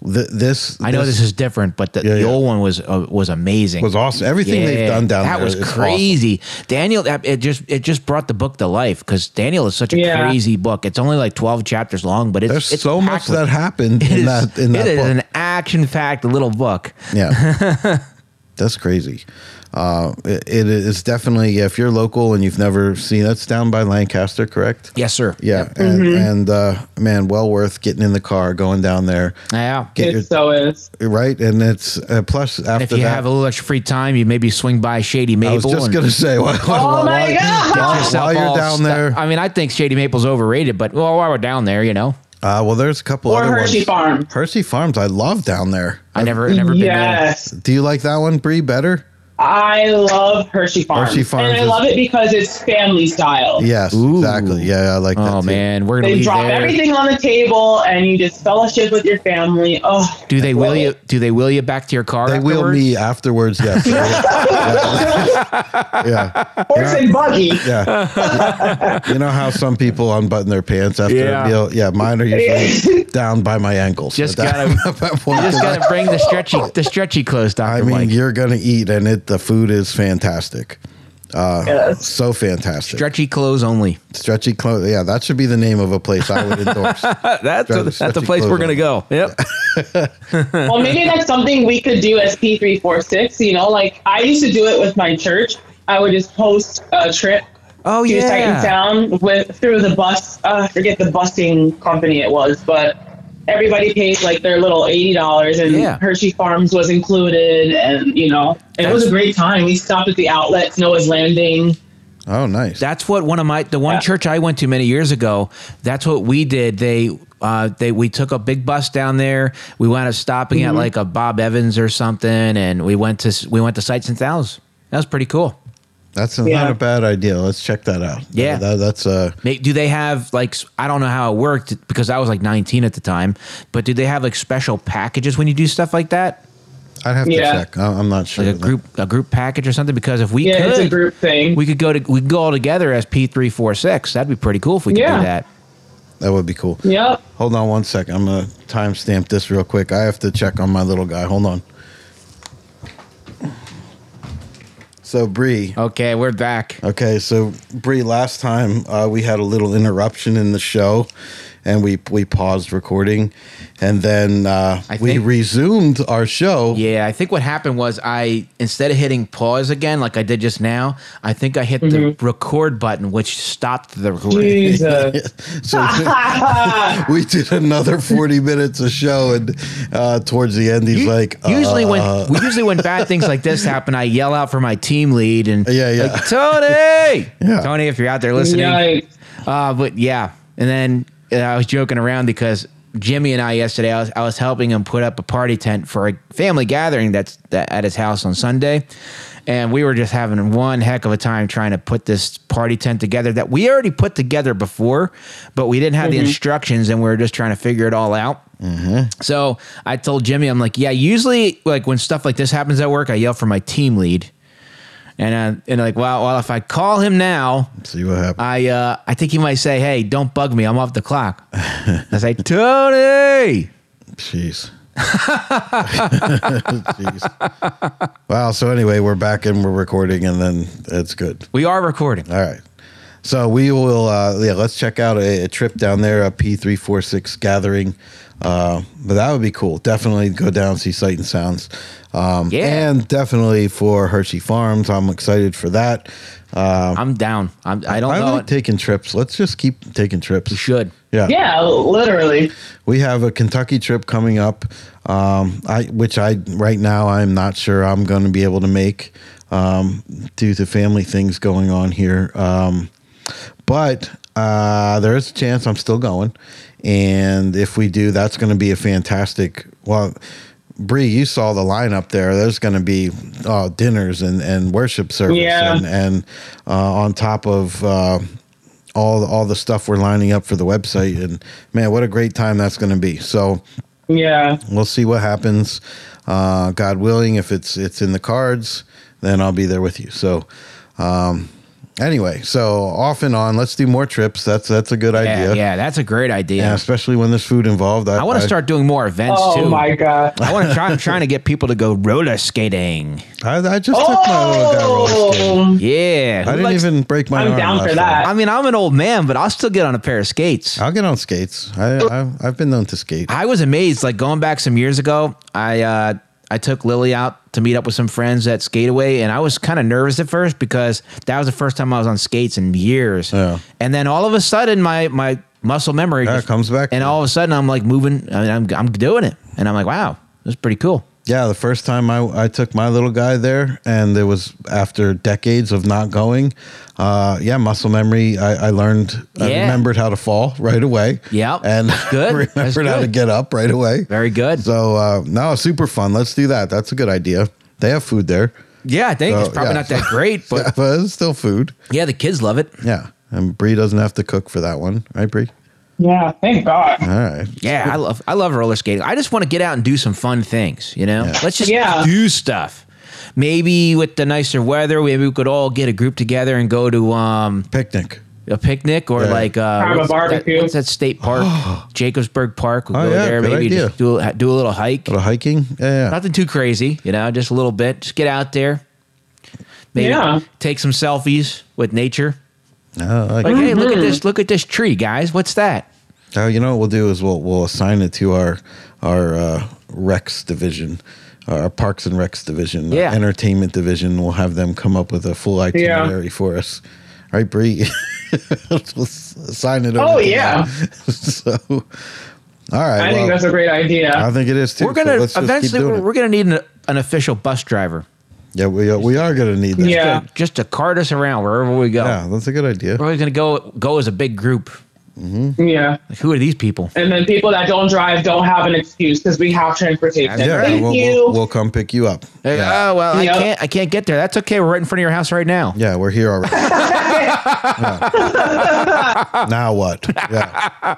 Speaker 1: this
Speaker 2: I know this, is different, but the,
Speaker 1: Yeah,
Speaker 2: the
Speaker 1: yeah.
Speaker 2: old one was uh, was amazing.
Speaker 1: was awesome. Everything
Speaker 2: Yeah,
Speaker 1: they've done down
Speaker 2: that
Speaker 1: there
Speaker 2: was
Speaker 1: is awesome.
Speaker 2: crazy. Daniel, that, it just it just brought the book to life because Daniel is such a
Speaker 3: Yeah.
Speaker 2: crazy book. It's only like twelve chapters long, but it's
Speaker 1: There's
Speaker 2: it's
Speaker 1: so much
Speaker 2: packed with-
Speaker 1: that happened
Speaker 2: *laughs* It
Speaker 1: in
Speaker 2: is-
Speaker 1: that in that
Speaker 2: it is
Speaker 1: book.
Speaker 2: an action packed little book.
Speaker 1: Yeah.
Speaker 2: *laughs*
Speaker 1: That's crazy. Uh, it, it is definitely, if you're local and you've never seen, that's down by Lancaster, correct?
Speaker 2: Yes, sir.
Speaker 1: Yeah. And,
Speaker 2: Mm-hmm.
Speaker 1: and uh, man, well worth getting in the car, going down there.
Speaker 2: Yeah.
Speaker 1: Get
Speaker 3: It so is.
Speaker 1: your, right. And it's, uh, plus, after
Speaker 2: If you
Speaker 1: that,
Speaker 2: have a little extra free time, you maybe swing by Shady Maple.
Speaker 1: I was just
Speaker 2: and
Speaker 1: going to *laughs* say, while,
Speaker 3: Oh my God!
Speaker 2: get
Speaker 1: while,
Speaker 2: yourself
Speaker 1: while
Speaker 2: all
Speaker 1: you're down
Speaker 2: stu-
Speaker 1: there,
Speaker 2: I mean, I think Shady Maple's overrated, but well, while we're down there, you know,
Speaker 1: uh, well, there's a couple
Speaker 3: Or
Speaker 1: other
Speaker 3: Hershey
Speaker 1: ones.
Speaker 3: Farm.
Speaker 1: Hershey Farms, I love down there.
Speaker 2: I never never
Speaker 3: Yes.
Speaker 1: Do you like that one, Bree, better?
Speaker 3: I love Hershey Farms.
Speaker 1: Hershey Farms
Speaker 3: And I
Speaker 1: is-
Speaker 3: love it because it's family style.
Speaker 1: Yes,
Speaker 2: Ooh.
Speaker 1: exactly. Yeah, I like
Speaker 2: been
Speaker 1: that.
Speaker 2: there. Oh
Speaker 1: too.
Speaker 2: man, we're gonna
Speaker 3: They
Speaker 2: be
Speaker 3: drop
Speaker 2: there.
Speaker 3: everything on the table and you just fellowship with your family. Oh,
Speaker 2: Do they wheel
Speaker 3: love
Speaker 2: you?
Speaker 3: it.
Speaker 2: Do they wheel you back to your car?
Speaker 1: They wheel
Speaker 2: afterwards?
Speaker 1: me afterwards. Yes.
Speaker 2: *laughs*
Speaker 1: Yeah. yeah.
Speaker 3: Horse and
Speaker 1: *laughs*
Speaker 3: buggy.
Speaker 1: Yeah. You know how some people unbutton their pants after
Speaker 2: Yeah.
Speaker 1: a meal? Yeah, mine are
Speaker 3: *laughs*
Speaker 1: usually down by my ankles.
Speaker 2: Just
Speaker 1: that-
Speaker 2: gotta-
Speaker 1: *laughs* that one-
Speaker 2: Just gotta bring the stretchy, the stretchy clothes, Doctor
Speaker 1: I mean,
Speaker 2: Mike.
Speaker 1: you're gonna eat, and it the food is fantastic,
Speaker 3: Yes.
Speaker 1: so fantastic.
Speaker 2: Stretchy clothes only.
Speaker 1: Stretchy clothes. Yeah, that should be the name of a place I would
Speaker 2: *laughs*
Speaker 1: endorse.
Speaker 2: That's
Speaker 1: Stretch-
Speaker 2: that's the
Speaker 1: stretchy
Speaker 2: place we're
Speaker 1: clothes
Speaker 2: gonna
Speaker 1: only.
Speaker 2: go. Yep.
Speaker 3: Well, maybe that's something we could do as P346. You know, like I used to do it with my church. I would just host a trip
Speaker 2: Oh
Speaker 3: to Sight and
Speaker 2: yeah.
Speaker 3: Sound with through the bus. Uh, I forget the busing company it was, but everybody paid like their little eighty dollars, and
Speaker 2: Yeah.
Speaker 3: Hershey Farms was included, and you know, and it was a great time. We stopped at the outlets, Noah's Landing.
Speaker 1: Oh, nice.
Speaker 2: That's what one of my the one
Speaker 3: Yeah.
Speaker 2: church I went to many years ago. That's what we did. They uh, they we took a big bus down there. We wound up stopping at like a Bob Evans or something, and we went to we went to Sights and Sounds. That was pretty cool.
Speaker 1: That's
Speaker 3: Yeah.
Speaker 1: not a bad idea. Let's check that out.
Speaker 2: Yeah.
Speaker 1: That- that's uh,
Speaker 2: Ma- Do they have like s- I don't know how it worked because I was like 19 at the time, but do they have like special packages when you do stuff like that,
Speaker 1: I'd have to
Speaker 3: Yeah.
Speaker 1: check. I- I'm not sure.
Speaker 2: like a
Speaker 1: of that.
Speaker 2: group a group package or something? Because if we
Speaker 3: Yeah,
Speaker 2: could,
Speaker 3: it's a group thing.
Speaker 2: we could go to we could go all together as P three four six. That'd be pretty cool if we could
Speaker 3: Yeah.
Speaker 2: do that.
Speaker 1: That would be cool.
Speaker 2: *laughs*
Speaker 3: yep.
Speaker 1: Hold on one second. I'm gonna timestamp this real quick. I have to check on my little guy. Hold on. So Bree,
Speaker 2: Okay, we're back.
Speaker 1: okay, so Bree, last time uh, we had a little interruption in the show, and we we paused recording, and then uh,
Speaker 2: I
Speaker 1: we
Speaker 2: think-
Speaker 1: resumed our show.
Speaker 2: Yeah, I think what happened was I instead of hitting pause again like I did just now, I think I hit the record button, which stopped the recording.
Speaker 3: Jesus.
Speaker 1: *laughs* So *laughs* we did another 40 minutes of show, and uh, towards the end, he's
Speaker 2: U-
Speaker 1: like,
Speaker 2: *laughs* usually
Speaker 1: uh,
Speaker 2: when we usually when bad things like this happen, I yell out for my team lead and
Speaker 1: Yeah, yeah.
Speaker 2: like, Tony,
Speaker 1: *laughs* Yeah.
Speaker 2: Tony, if you're out there listening,
Speaker 3: Yikes.
Speaker 2: Uh, but yeah, and then uh, I was joking around because Jimmy and I yesterday, I was, I was helping him put up a party tent for a family gathering that's that, at his house on Sunday, and we were just having one heck of a time trying to put this party tent together that we already put together before, but we didn't have the instructions, and we were just trying to figure it all out. So I told Jimmy, I'm like, yeah, usually like when stuff like this happens at work, I yell for my team lead. And, uh, and like, well, well, if I call him now,
Speaker 1: see what happens.
Speaker 2: I uh, I think he might say, "Hey, don't bug me. I'm off the clock." *laughs* I say, "Tony."
Speaker 1: Jeez. *laughs* Jeez. Wow. So anyway, we're back and we're recording, and then it's good. Oh.
Speaker 2: We are recording.
Speaker 1: All right. So we will, uh, yeah, let's check out a, a trip down there, a P346 gathering. Uh, but that would be cool. Definitely go down, see Sight and Sounds. Um,
Speaker 2: Yeah.
Speaker 1: And definitely for Hershey Farms. I'm excited for that. Uh,
Speaker 2: I'm down. I'm, I don't
Speaker 1: I
Speaker 2: know.
Speaker 1: like taking trips. Let's just keep taking trips.
Speaker 2: we should.
Speaker 1: Yeah.
Speaker 3: Yeah, literally.
Speaker 1: We have a Kentucky trip coming up, um, I, which I right now I'm not sure I'm going to be able to make um, due to family things going on here. Um, but uh, there is a chance I'm still going, and if we do, that's going to be a fantastic. Well, Bree, you saw the lineup there. There's going to be uh, dinners and and worship service,
Speaker 3: Yeah.
Speaker 1: and, and uh, on top of. Uh, all all the stuff we're lining up for the website and man what a great time that's going to be so
Speaker 3: Yeah.
Speaker 1: we'll see what happens uh, god willing if it's it's in the cards then i'll be there with you so um, anyway so off and on let's do more trips that's that's a good
Speaker 2: Yeah,
Speaker 1: idea
Speaker 2: yeah, that's a great idea.
Speaker 1: And especially when there's food involved
Speaker 2: I want to start doing more events
Speaker 3: Oh
Speaker 2: too.
Speaker 3: my god.
Speaker 2: I want to try. I'm trying to get people to go roller skating.
Speaker 1: i, I just took my little guy roller skating.
Speaker 3: Oh,
Speaker 2: Yeah,
Speaker 1: i
Speaker 2: who
Speaker 1: didn't
Speaker 2: likes-
Speaker 1: even break my
Speaker 3: I'm
Speaker 1: arm
Speaker 3: down
Speaker 1: last
Speaker 3: for
Speaker 1: time.
Speaker 3: that.
Speaker 2: I mean, I'm an old man, but I'll still get on a pair of skates.
Speaker 1: i'll get on skates I, I i've been known to skate
Speaker 2: I was amazed. Like going back some years ago, I uh, I took Lily out to meet up with some friends at Skateaway, and I was kind of nervous at first because that was the first time I was on skates in years.
Speaker 1: Yeah.
Speaker 2: And then all of a sudden, my my muscle memory
Speaker 1: Yeah, it comes back.
Speaker 2: and all of a sudden I'm like moving. I mean, I'm I'm doing it, and I'm like, wow, that's pretty cool.
Speaker 1: Yeah, the first time I, I took my little guy there, and it was after decades of not going. Uh, yeah, muscle memory. I, I learned, I
Speaker 2: Yeah.
Speaker 1: remembered how to fall right away.
Speaker 2: Yep,
Speaker 1: and *laughs*
Speaker 2: that's good,
Speaker 1: remembered
Speaker 2: that's
Speaker 1: how to
Speaker 2: good.
Speaker 1: get up right away.
Speaker 2: Very good.
Speaker 1: So uh, no, super fun. Let's do that. That's a good idea. They have food there,
Speaker 2: yeah, I think
Speaker 1: So,
Speaker 2: it's probably
Speaker 1: *laughs* yeah.
Speaker 2: not that great, but
Speaker 1: but, but it's still food.
Speaker 2: yeah, the kids love it.
Speaker 1: Yeah, and Bree doesn't have to cook for that one, right, Bree?
Speaker 3: yeah, thank God.
Speaker 1: All right.
Speaker 2: Yeah, I love I love roller skating. I just want to get out and do some fun things, you know?
Speaker 1: Yeah.
Speaker 2: Let's just
Speaker 3: Yeah.
Speaker 2: do stuff. Maybe with the nicer weather, maybe we could all get a group together and go to um,
Speaker 1: Picnic.
Speaker 2: a picnic or
Speaker 1: Yeah.
Speaker 2: like uh,
Speaker 3: Have a
Speaker 2: what's that-
Speaker 3: barbecue.
Speaker 2: what's that state
Speaker 1: *gasps*
Speaker 2: park? Jacobsburg Park. We'll
Speaker 1: Oh,
Speaker 2: go
Speaker 1: yeah,
Speaker 2: there.
Speaker 1: good
Speaker 2: Maybe
Speaker 1: idea.
Speaker 2: just do a, do a little hike.
Speaker 1: A little hiking. Yeah.
Speaker 2: Nothing too crazy, you know, just a little bit. Just get out there. Maybe
Speaker 3: Yeah.
Speaker 2: take some selfies with nature.
Speaker 1: yeah. I like
Speaker 2: Like, hey,
Speaker 3: Mm-hmm.
Speaker 2: look at this! Look at this tree, guys. What's that?
Speaker 1: Oh, you know what we'll do is we'll we'll assign it to our our uh, Rex division, our Parks and Recs division, our
Speaker 2: Yeah.
Speaker 1: entertainment division. We'll have them come up with a full itinerary for us. Right, Bree? *laughs* we'll s- assign it. Over
Speaker 3: Oh,
Speaker 1: to
Speaker 3: yeah.
Speaker 1: them. *laughs* so, all right.
Speaker 3: I
Speaker 1: well,
Speaker 3: think that's a great idea.
Speaker 1: I think it is too.
Speaker 2: we're
Speaker 1: so
Speaker 2: gonna
Speaker 1: let's just keep
Speaker 2: eventually.
Speaker 1: doing
Speaker 2: We're,
Speaker 1: it.
Speaker 2: we're gonna need an, an official bus driver.
Speaker 1: yeah, we are, we are gonna need that.
Speaker 3: Yeah.
Speaker 2: to- just to cart us around wherever we go.
Speaker 1: yeah, that's a good idea.
Speaker 2: We're always gonna go go as a big group.
Speaker 3: yeah.
Speaker 2: Like, who are these people?
Speaker 3: And then people that don't drive don't have an excuse because we have transportation.
Speaker 2: That's right.
Speaker 1: Yeah,
Speaker 3: Thank
Speaker 1: we'll,
Speaker 3: you.
Speaker 1: we'll, we'll come pick you up.
Speaker 2: Like,
Speaker 1: Yeah,
Speaker 2: Oh well,
Speaker 3: Yeah.
Speaker 2: I can't I can't get there. That's okay. We're right in front of your house right now.
Speaker 1: yeah we're here already. Yeah. now what? Yeah,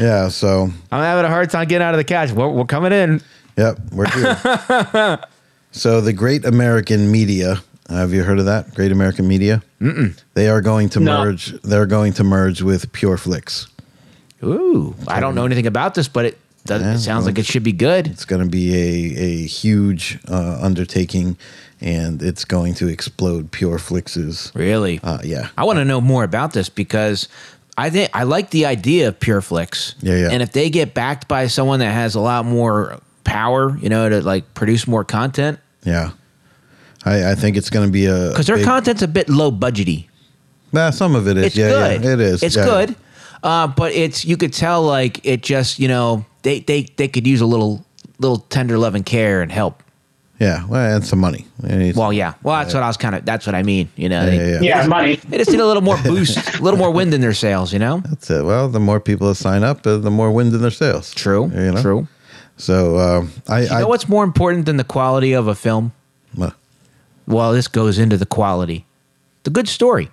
Speaker 1: yeah. So
Speaker 2: I'm having a hard time getting out of the couch. We're, we're coming in.
Speaker 1: Yep, we're here. so the Great American Media. Have you heard of that? Great American Media. Mm-mm. They are going to
Speaker 3: No.
Speaker 1: merge. They're going to merge with Pure Flix.
Speaker 2: Ooh, I don't know anything about this, but it does,
Speaker 1: Yeah,
Speaker 2: it sounds
Speaker 1: well,
Speaker 2: like it should be good.
Speaker 1: It's going to be a a huge uh, undertaking, and it's going to explode Pure Flix's.
Speaker 2: Really?
Speaker 1: Uh, yeah,
Speaker 2: I want to know more about this because I think I like the idea of PureFlix.
Speaker 1: Yeah, yeah.
Speaker 2: And if they get backed by someone that has a lot more power, you know, to like produce more content,
Speaker 1: yeah. I, I think it's going to be a
Speaker 2: because their
Speaker 1: big-
Speaker 2: content's a bit low budgety.
Speaker 1: Nah, some of it is.
Speaker 2: It's
Speaker 1: yeah,
Speaker 2: good.
Speaker 1: yeah, it is.
Speaker 2: It's
Speaker 1: Yeah, yeah.
Speaker 2: good, uh, but it's you could tell like it just you know they they they could use a little little tender love and care and help.
Speaker 1: Yeah, well, and some money. And it's-
Speaker 2: Well, yeah. Well, that's what I was kind of. That's what I mean. You know,
Speaker 1: yeah,
Speaker 2: they,
Speaker 1: yeah, yeah.
Speaker 3: yeah, money.
Speaker 2: they just need a little more boost, *laughs* a little more wind in their sails. You know.
Speaker 1: That's it. Well, the more people that sign up, uh, the more wind in their sails.
Speaker 2: True.
Speaker 1: You know?
Speaker 2: True.
Speaker 1: So um, I,
Speaker 2: You
Speaker 1: I
Speaker 2: know what's more important than the quality of a film?
Speaker 1: well,
Speaker 2: Well, this goes into the quality, the good story.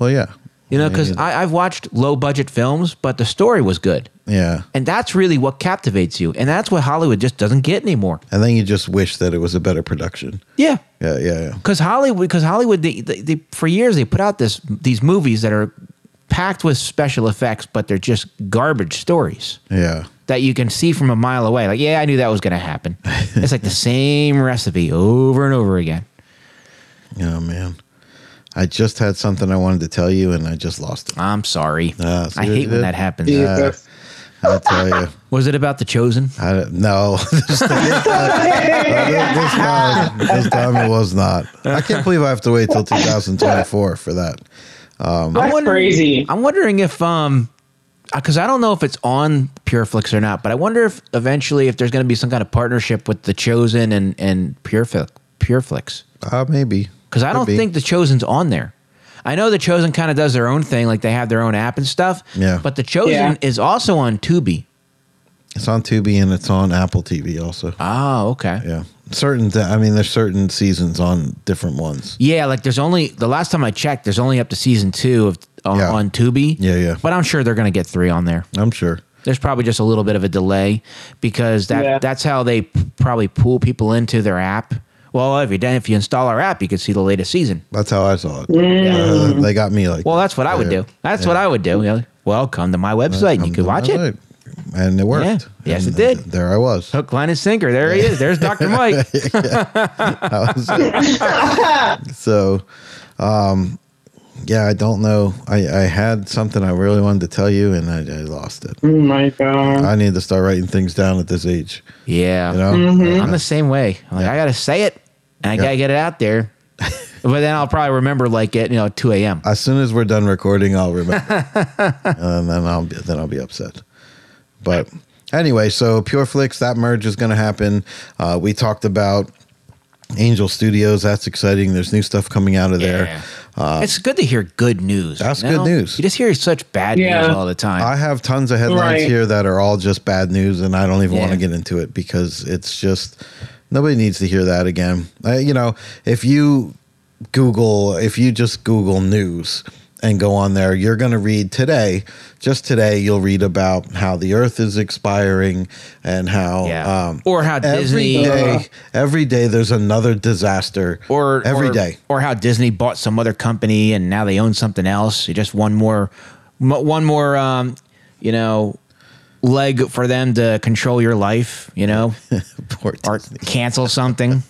Speaker 1: well, yeah,
Speaker 2: You know,
Speaker 1: mean,
Speaker 2: because I've watched low budget films, but the story was good,
Speaker 1: yeah,
Speaker 2: and that's really what captivates you, and that's what Hollywood just doesn't get anymore.
Speaker 1: and then you just wish that it was a better production.
Speaker 2: Yeah,
Speaker 1: Yeah, yeah, yeah.
Speaker 2: because Hollywood, because Hollywood, they, they, they for years they put out this these movies that are packed with special effects, but they're just garbage stories
Speaker 1: yeah.
Speaker 2: that you can see from a mile away. Like, yeah, I knew that was going
Speaker 1: *laughs*
Speaker 2: to happen. it's like the same recipe over and over again.
Speaker 1: Oh man, I just had something I wanted to tell you, and I just lost it.
Speaker 2: I'm sorry.
Speaker 1: Uh, see
Speaker 2: I
Speaker 1: what
Speaker 2: hate
Speaker 1: you
Speaker 2: when
Speaker 1: did?
Speaker 2: that happens.
Speaker 3: Jesus.
Speaker 1: I tell you,
Speaker 2: Was it about the chosen?
Speaker 1: I don't, no, *laughs* this, time, this time it was not. I can't believe I have to wait till 2024 for that.
Speaker 2: I'm
Speaker 3: That's
Speaker 2: wondering-
Speaker 3: crazy.
Speaker 2: I'm wondering if um because I don't know if it's on PureFlix or not, but I wonder if eventually if there's going to be some kind of partnership with the Chosen and and PureFlix PureFlix
Speaker 1: Uh, maybe
Speaker 2: because I
Speaker 1: Could
Speaker 2: don't
Speaker 1: be.
Speaker 2: think the Chosen's on there. I know the Chosen kind of does their own thing, like they have their own app and stuff.
Speaker 1: Yeah.
Speaker 2: But the Chosen
Speaker 3: Yeah.
Speaker 2: is also on Tubi.
Speaker 1: it's on Tubi and it's on Apple TV also.
Speaker 2: Oh, okay.
Speaker 1: Yeah, certain. Th- I mean, there's certain seasons on different ones.
Speaker 2: Yeah, like there's only the last time I checked, there's only up to season two of on,
Speaker 1: Yeah.
Speaker 2: on Tubi.
Speaker 1: Yeah, yeah.
Speaker 2: But I'm sure they're gonna get three on there.
Speaker 1: I'm sure.
Speaker 2: There's probably just a little bit of a delay because that
Speaker 3: Yeah.
Speaker 2: that's how they p- probably pull people into their app. Well, if you then if you install our app, you can see the latest season.
Speaker 1: That's how I saw it. Uh, they got me like.
Speaker 2: Well, that's what I would
Speaker 1: Yeah.
Speaker 2: do. That's what I would do. You know, well, come to my website and
Speaker 1: I'm
Speaker 2: you can
Speaker 1: doing
Speaker 2: watch it.
Speaker 1: right. and it worked.
Speaker 2: Yeah. Yes,
Speaker 1: And
Speaker 2: it did.
Speaker 1: There I
Speaker 2: *laughs*
Speaker 1: was.
Speaker 2: Hook, line, and sinker. There he is. There's
Speaker 1: *laughs*
Speaker 2: Dr. Mike.
Speaker 1: So, um, yeah, I don't know. I, I had something I really wanted to tell you, and I, I lost it.
Speaker 3: Oh my god.
Speaker 2: Uh,
Speaker 1: I need to start writing things down at this age.
Speaker 2: Yeah.
Speaker 1: You know,
Speaker 2: I'm the same way. I'm like, I gotta say it and I gotta get it
Speaker 1: *laughs*
Speaker 2: out there. but then I'll probably remember like at you know two a.m.
Speaker 1: as soon as we're done recording, I'll remember, *laughs* and then I'll be, then I'll be upset. But anyway, so PureFlix that merge is going to happen. Uh, we talked about Angel Studios. That's exciting. There's new stuff coming out of there. Uh,
Speaker 2: it's good to hear good news.
Speaker 1: That's
Speaker 2: you know?
Speaker 1: good news.
Speaker 2: You just hear such bad
Speaker 3: Yeah.
Speaker 2: news all the time.
Speaker 1: I have tons of headlines
Speaker 3: Right.
Speaker 1: here that are all just bad news, and I don't even want
Speaker 2: Yeah.
Speaker 1: to get into it because it's just nobody needs to hear that again. I, you know, if you Google, if you just Google news and go on there, you're going to read today, just today, you'll read about how the earth is expiring and how,
Speaker 2: yeah.
Speaker 1: um,
Speaker 2: or how
Speaker 1: every
Speaker 2: Disney Uh-huh.
Speaker 1: day, every day there's another disaster.
Speaker 2: or
Speaker 1: every
Speaker 2: or,
Speaker 1: day.
Speaker 2: or how Disney bought some other company and now they own something else. You just one more, mo- one more, um, you know, leg for them to control your life.
Speaker 1: *laughs*
Speaker 2: You know,
Speaker 1: Poor
Speaker 2: or
Speaker 1: Disney.
Speaker 2: cancel something.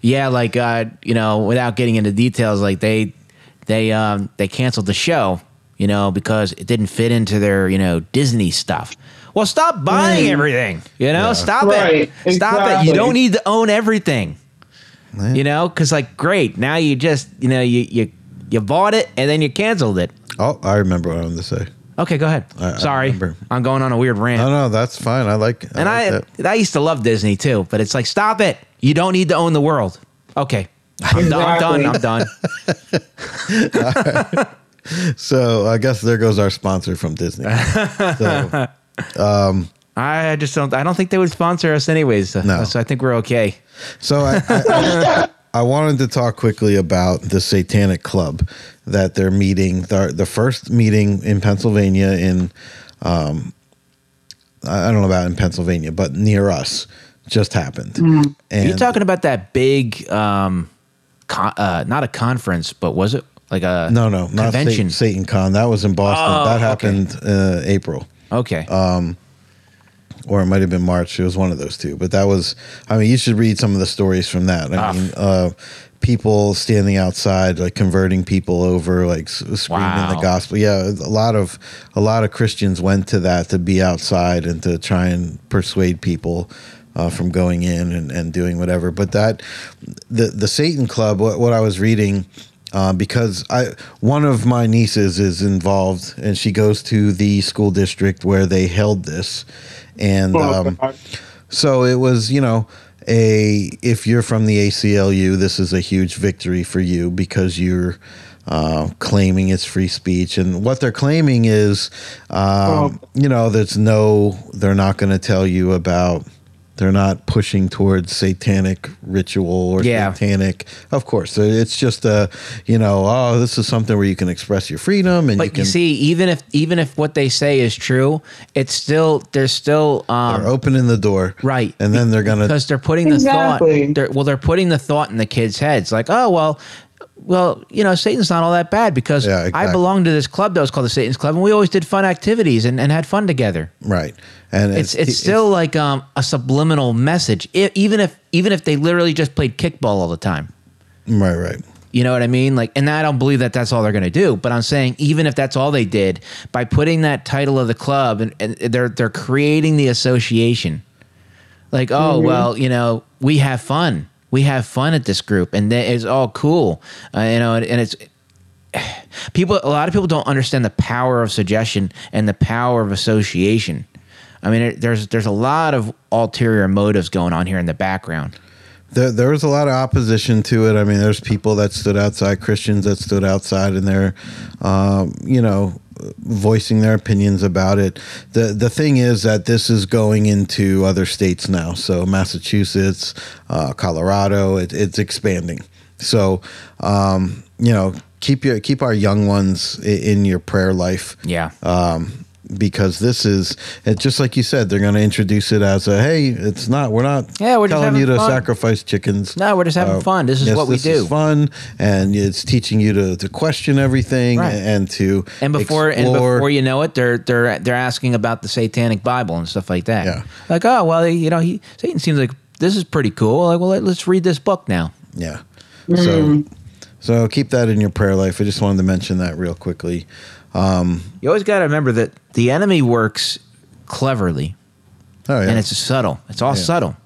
Speaker 2: yeah, like uh, you know, without getting into details, like they they um they canceled the show, you know, because it didn't fit into their, you know, Disney stuff. Well, stop buying everything. You know, stop it.
Speaker 3: Right,
Speaker 2: Stop it. You
Speaker 3: exactly.
Speaker 2: don't need to own everything.
Speaker 1: Yeah.
Speaker 2: You know, cuz like great, now you just, you know, you you you bought it and then you canceled it.
Speaker 1: Oh, I remember what I wanted to say.
Speaker 2: Okay, go ahead.
Speaker 1: I- I
Speaker 2: Sorry.
Speaker 1: remember.
Speaker 2: I'm going on a weird rant.
Speaker 1: No, no, that's fine. I like,
Speaker 2: And I,
Speaker 1: like that.
Speaker 2: I used to love Disney too, but it's like, stop it. You don't need to own the world. Okay. I'm done. I'm done. I'm done.
Speaker 1: So I guess there goes our sponsor from Disney.
Speaker 2: *laughs*
Speaker 1: so,
Speaker 2: I just don't, I don't think they would sponsor us anyways. Uh,
Speaker 1: No.
Speaker 2: So I think we're okay.
Speaker 1: so I, I, I wanted to talk quickly about the Satanic Club that they're meeting. The, the first meeting in Pennsylvania in, um, I I don't know about in Pennsylvania, but near us just happened. And
Speaker 2: you talking about that big, um, con- uh, not a conference, but was it like a
Speaker 1: no, no, not Satan,
Speaker 2: convention?
Speaker 1: Satan Con. That was in Boston.
Speaker 2: Oh,
Speaker 1: that
Speaker 2: okay.
Speaker 1: happened uh, April.
Speaker 2: Okay.
Speaker 1: Uh, or it might have been March. It was one of those two. But that was, I mean, you should read some of the stories from that. I
Speaker 2: Ah.
Speaker 1: mean, uh, people standing outside, like converting people over, like s- screaming
Speaker 2: Wow.
Speaker 1: the gospel. Yeah, a lot of a lot of Christians went to that to be outside and to try and persuade people. Uh, from going in and, and doing whatever, but that the the Satan Club. What, what I was reading, uh, because I one of my nieces is involved, and she goes to the school district where they held this, and
Speaker 3: Oh,
Speaker 1: um,
Speaker 3: God.
Speaker 1: so it was, you know, a if you're from the ACLU, this is a huge victory for you because you're uh, claiming it's free speech, and what they're claiming is, um,
Speaker 3: Oh.
Speaker 1: you know, there's no, they're not going to tell you about. They're not pushing towards satanic ritual or
Speaker 2: Yeah.
Speaker 1: satanic. Of course, it's just a, you know, oh, this is something where you can express your freedom and
Speaker 2: but
Speaker 1: you
Speaker 2: you,
Speaker 1: can
Speaker 2: see, even if, even if what they say is true, it's still, there's still, um,
Speaker 1: are opening the door,
Speaker 2: Right.
Speaker 1: And then they're gonna
Speaker 2: because they're putting the
Speaker 3: Exactly.
Speaker 2: thought. They're, well, they're putting the thought in the kids' heads, like, oh well, well, you know, Satan's not all that bad because
Speaker 1: Yeah, exactly.
Speaker 2: I belong to this club that was called the Satan's Club, and we always did fun activities and, and had fun together.
Speaker 1: right. And
Speaker 2: It's it's still like um, a subliminal message, e- even if even if they literally just played kickball all the time.
Speaker 1: Right, right.
Speaker 2: You know what I mean? Like, and I don't believe that that's all they're going to do. But I'm saying, even if that's all they did, by putting that title of the club, and, and they're they're creating the association. Like, oh well, you know, we have fun. We have fun at this group, and that is all cool. Uh, you know, and, and it's *sighs* people a lot of people don't understand the power of suggestion and the power of association i mean it, there's there's a lot of ulterior motives going on here in the background
Speaker 1: There, there was a lot of opposition to it. I mean, there's people that stood outside, Christians that stood outside, and they're, um, you know, voicing their opinions about it. the The thing is that this is going into other states now. So Massachusetts, uh, Colorado, it, it's expanding. So, um, you know, keep your keep our young ones i- in your prayer life
Speaker 2: yeah
Speaker 1: because this is it's just like you said they're going to introduce it as a hey it's not we're not
Speaker 2: Yeah, we're just
Speaker 1: telling
Speaker 2: having
Speaker 1: you to
Speaker 2: fun.
Speaker 1: sacrifice chickens
Speaker 2: No, we're just having fun. This is what we
Speaker 1: uh, is
Speaker 2: do.
Speaker 1: fun and it's teaching you to, to question everything
Speaker 2: Right.
Speaker 1: and to
Speaker 2: and before and
Speaker 1: explore.
Speaker 2: before you know it they're they're they're asking about the satanic bible and stuff like that
Speaker 1: Yeah.
Speaker 2: like oh well you know he satan seems like this is pretty cool like well let, let's read this book now
Speaker 1: yeah so so keep that in your prayer life i just wanted to mention that real quickly
Speaker 2: you always got to remember that the enemy works cleverly
Speaker 1: oh yeah
Speaker 2: and it's subtle. It's all subtle.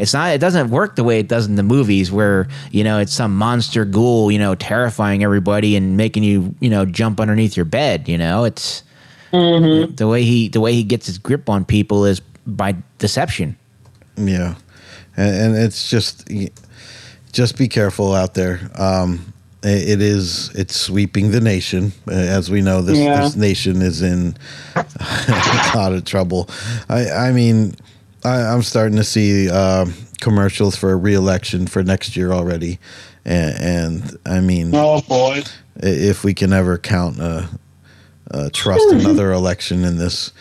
Speaker 2: It's not. It doesn't work the way it does in the movies, where you know it's some monster ghoul, you know, terrifying everybody and making you, you know, jump underneath your bed. You know, it's the way he the way he gets his grip on people is by deception.
Speaker 1: Yeah, and, and it's just just be careful out there. Um, i- it is it's sweeping the nation, Uh, as we know. This
Speaker 3: Yeah.
Speaker 1: this nation is in *laughs* a lot of trouble. I I mean, I, I'm starting to see uh, commercials for a reelection for next year already, and, and I mean, i
Speaker 4: Oh boy.
Speaker 1: if we can ever count uh, uh,
Speaker 3: *laughs*
Speaker 1: trust another election in this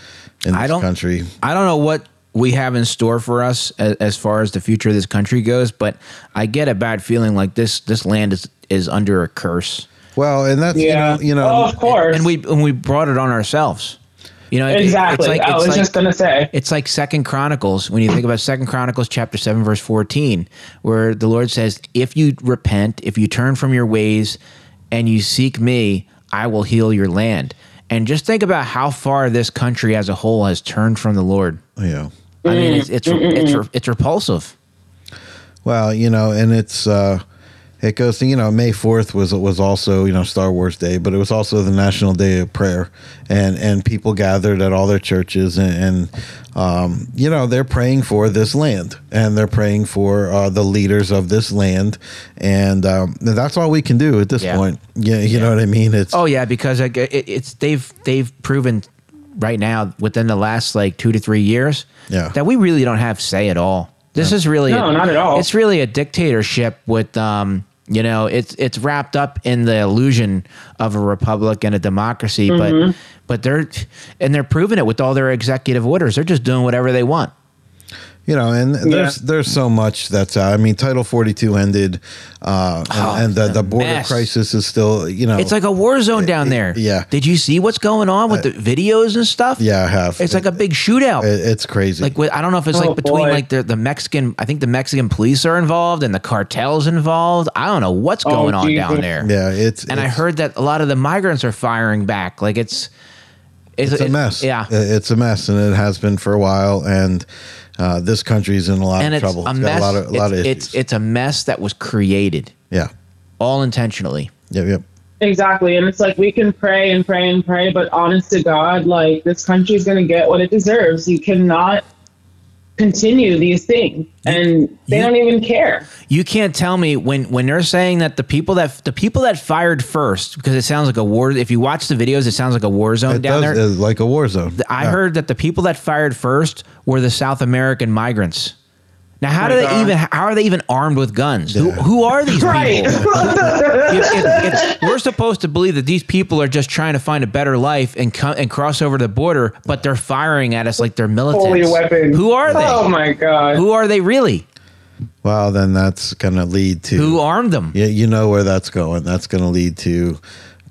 Speaker 1: in this
Speaker 2: I don't-
Speaker 1: country.
Speaker 2: I don't know what we have in store for us as, as far as the future of this country goes, but I get a bad feeling like this this land is is under a curse,
Speaker 1: Well, and that's
Speaker 3: Yeah.
Speaker 1: you know, you know
Speaker 3: oh, of course.
Speaker 2: and we and we brought it on ourselves. You know, it- it- it's
Speaker 3: exactly.
Speaker 2: like-
Speaker 3: I
Speaker 2: it's
Speaker 3: was
Speaker 2: like-
Speaker 3: just gonna say.
Speaker 2: It's like Second Chronicles when you think about Second Chronicles chapter seven verse fourteen, where the Lord says, "If you repent, if you turn from your ways, and you seek Me, I will heal your land." And just think about how far this country as a whole has turned from the Lord.
Speaker 3: Oh.
Speaker 1: yeah.
Speaker 2: I mean, it's it's it's, it's, repulsive.
Speaker 1: Well, you know, and it's uh, it goes to you know May fourth was was also you know Star Wars Day, but it was also the National Day of Prayer, and and people gathered at all their churches, and, and um, you know they're praying for this land, and they're praying for uh, the leaders of this land, and um, that's all we can do at this
Speaker 2: Yeah.
Speaker 1: point. Yeah, you know what I mean? It's
Speaker 2: Oh yeah, because like, it, it's they've they've proven right now within the last like two to three years
Speaker 1: Yeah.
Speaker 2: that we really don't have say at all. This is really
Speaker 3: No, not at all.
Speaker 2: It's really a dictatorship with um you know it's it's wrapped up in the illusion of a republic and a democracy, but but they're and they're proving it with all their executive orders. They're just doing whatever they want.
Speaker 1: you know, and there's there's so much that's out. I mean, Title Forty Two ended, uh, and, and the, the border
Speaker 2: Oh, mess.
Speaker 1: crisis is still you know
Speaker 2: It's like a war zone down there.
Speaker 1: Oh. yeah.
Speaker 2: Did you see what's going on with the videos and stuff?
Speaker 1: yeah I have
Speaker 2: It's like a big shootout.
Speaker 1: It- it's crazy.
Speaker 2: like with, I don't know if it's
Speaker 3: Oh,
Speaker 2: like between
Speaker 3: boy.
Speaker 2: like the, the Mexican I think the Mexican police are involved and the cartels involved. I don't know what's going on
Speaker 3: Oh, Jesus.
Speaker 2: down there.
Speaker 1: yeah, it's
Speaker 2: And I
Speaker 1: it's-
Speaker 2: heard that a lot of the migrants are firing back. Like it's it's,
Speaker 1: it's a
Speaker 2: it-
Speaker 1: mess.
Speaker 2: Yeah.
Speaker 1: I- it's a mess, and it has been for a while. And uh, this country's in a lot
Speaker 2: and
Speaker 1: of
Speaker 2: it's
Speaker 1: trouble.
Speaker 2: a
Speaker 1: It's
Speaker 2: mess.
Speaker 1: got a lot of, a lot
Speaker 2: it's,
Speaker 1: of
Speaker 2: it's
Speaker 1: issues.
Speaker 2: it's a mess that was created
Speaker 1: yeah,
Speaker 2: all intentionally.
Speaker 1: yep, yep.
Speaker 3: Exactly. And it's like we can pray and pray and pray, but honest to God, like this country's going to get what it deserves. You cannot continue these things. And they
Speaker 2: you-
Speaker 3: don't even care.
Speaker 2: You can't tell me when when they're saying that the people that the people that fired first because it sounds like a war. If you watch the videos, it sounds like a war zone
Speaker 1: It
Speaker 2: down
Speaker 1: does
Speaker 2: there.
Speaker 1: it's like a war zone.
Speaker 2: I
Speaker 1: Yeah.
Speaker 2: heard that the people that fired first were the South American migrants. Now, how do they
Speaker 3: Oh God.
Speaker 2: even? How are they even armed with guns? Who,
Speaker 1: Yeah.
Speaker 2: who are these
Speaker 3: Right. *laughs*
Speaker 2: people? If- if- if- we're supposed to believe that these people are just trying to find a better life and co- and cross over the border, but they're firing at us like they're militants.
Speaker 3: Holy weapon.
Speaker 2: Who are they?
Speaker 3: Oh my God.
Speaker 2: Who are they really?
Speaker 1: Well, then that's going to lead to.
Speaker 2: Who armed them?
Speaker 1: yeah, you know where that's going. That's going to lead to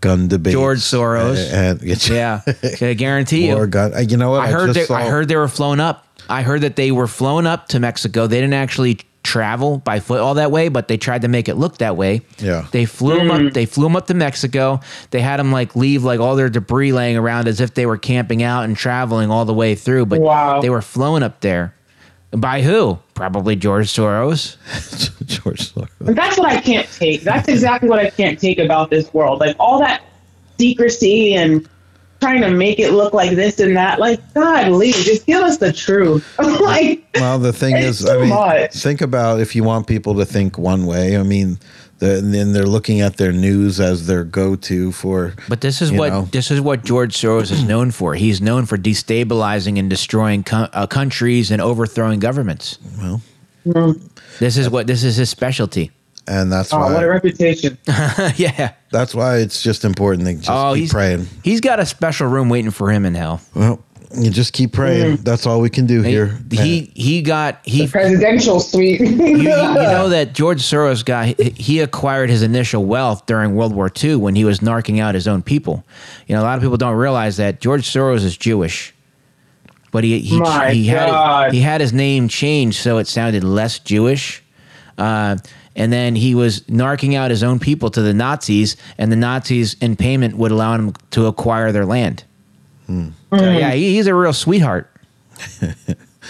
Speaker 1: gun debates.
Speaker 2: George Soros.
Speaker 1: uh, And,
Speaker 2: Yeah,
Speaker 1: *laughs*
Speaker 2: I guarantee
Speaker 1: War
Speaker 2: you.
Speaker 1: gun. uh, You know what?
Speaker 2: I heard
Speaker 1: just
Speaker 2: they,
Speaker 1: saw-
Speaker 2: I heard they were flown up. I heard that they were flown up to Mexico. They didn't actually travel by foot all that way, but they tried to make it look that way.
Speaker 1: Yeah. *laughs*
Speaker 2: They flew them up. They flew them up to Mexico. They had them like leave like all their debris laying around as if they were camping out and traveling all the way through. But
Speaker 3: Wow.
Speaker 2: they were flown up there by who? Probably George Soros.
Speaker 1: George Soros.
Speaker 3: But that's what I can't take. That's exactly what I can't take about this world. Like all that secrecy and trying to make it look like this and that. Like, God, Lee, just give us the truth. *laughs* like,
Speaker 1: Well, the thing
Speaker 3: It's
Speaker 1: is, I
Speaker 3: too
Speaker 1: mean,
Speaker 3: much.
Speaker 1: think about if you want people to think one way. I mean, the, and then they're looking at their news as their go-to for.
Speaker 2: But this is
Speaker 1: You
Speaker 2: what
Speaker 1: know.
Speaker 2: this is what George Soros is known for. He's known for destabilizing and destroying co- uh, countries and overthrowing governments.
Speaker 1: Well,
Speaker 2: This is what this is his specialty.
Speaker 1: and that's
Speaker 3: oh, what a
Speaker 1: why *laughs*
Speaker 3: reputation.
Speaker 2: *laughs* yeah.
Speaker 1: that's why it's just important to just
Speaker 2: Oh,
Speaker 1: keep
Speaker 2: he's
Speaker 1: praying.
Speaker 2: He's got a special room waiting for him in hell.
Speaker 1: Well, you just keep
Speaker 3: Mm-hmm.
Speaker 1: praying. That's all we can do here.
Speaker 2: He he, he got he
Speaker 3: Presidential
Speaker 2: *laughs*
Speaker 3: suite. *laughs*
Speaker 2: you, you know that George Soros guy, he acquired his initial wealth during World War II when he was narking out his own people. You know, a lot of people don't realize that George Soros is Jewish, but he he,
Speaker 3: My
Speaker 2: he had
Speaker 3: God.
Speaker 2: he had his name changed so it sounded less Jewish. Uh, and then he was narking out his own people to the Nazis, and the Nazis in payment would allow him to acquire their land. So, yeah, he, he's a real sweetheart.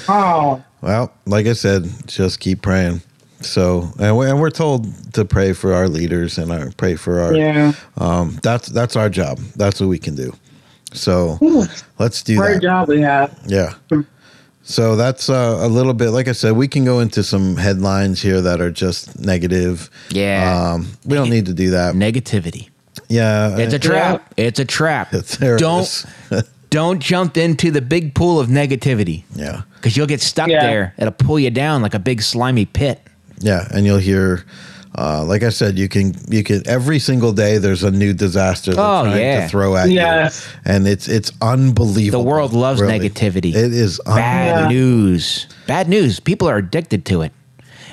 Speaker 3: oh,
Speaker 1: Well, like I said, just keep praying. So, and we're, and we're told to pray for our leaders and our pray for our.
Speaker 3: yeah.
Speaker 1: Um, that's that's our job. That's what we can do. So let's do
Speaker 3: Hard
Speaker 1: that.
Speaker 3: job we have.
Speaker 1: Yeah. So that's uh, a little bit. Like I said, we can go into some headlines here that are just negative.
Speaker 2: Yeah.
Speaker 1: Um, we don't need to do that.
Speaker 2: Negativity.
Speaker 1: Yeah.
Speaker 2: It's
Speaker 1: *laughs*
Speaker 2: a trap. It's a trap.
Speaker 1: There it
Speaker 2: Don't
Speaker 1: is.
Speaker 2: don't jump into the big pool of negativity
Speaker 1: yeah.
Speaker 2: because you'll get stuck
Speaker 3: Yeah.
Speaker 2: there. It'll pull you down like a big slimy pit.
Speaker 1: Yeah, and you'll hear, uh, like I said, you can you can every single day there's a new disaster. they're
Speaker 2: Oh,
Speaker 1: trying
Speaker 2: yeah.
Speaker 1: to throw at
Speaker 3: Yes.
Speaker 1: you, and it's it's unbelievable.
Speaker 2: The world loves negativity.
Speaker 1: It is
Speaker 2: Bad
Speaker 3: Yeah.
Speaker 2: news. Bad news. People are addicted to it.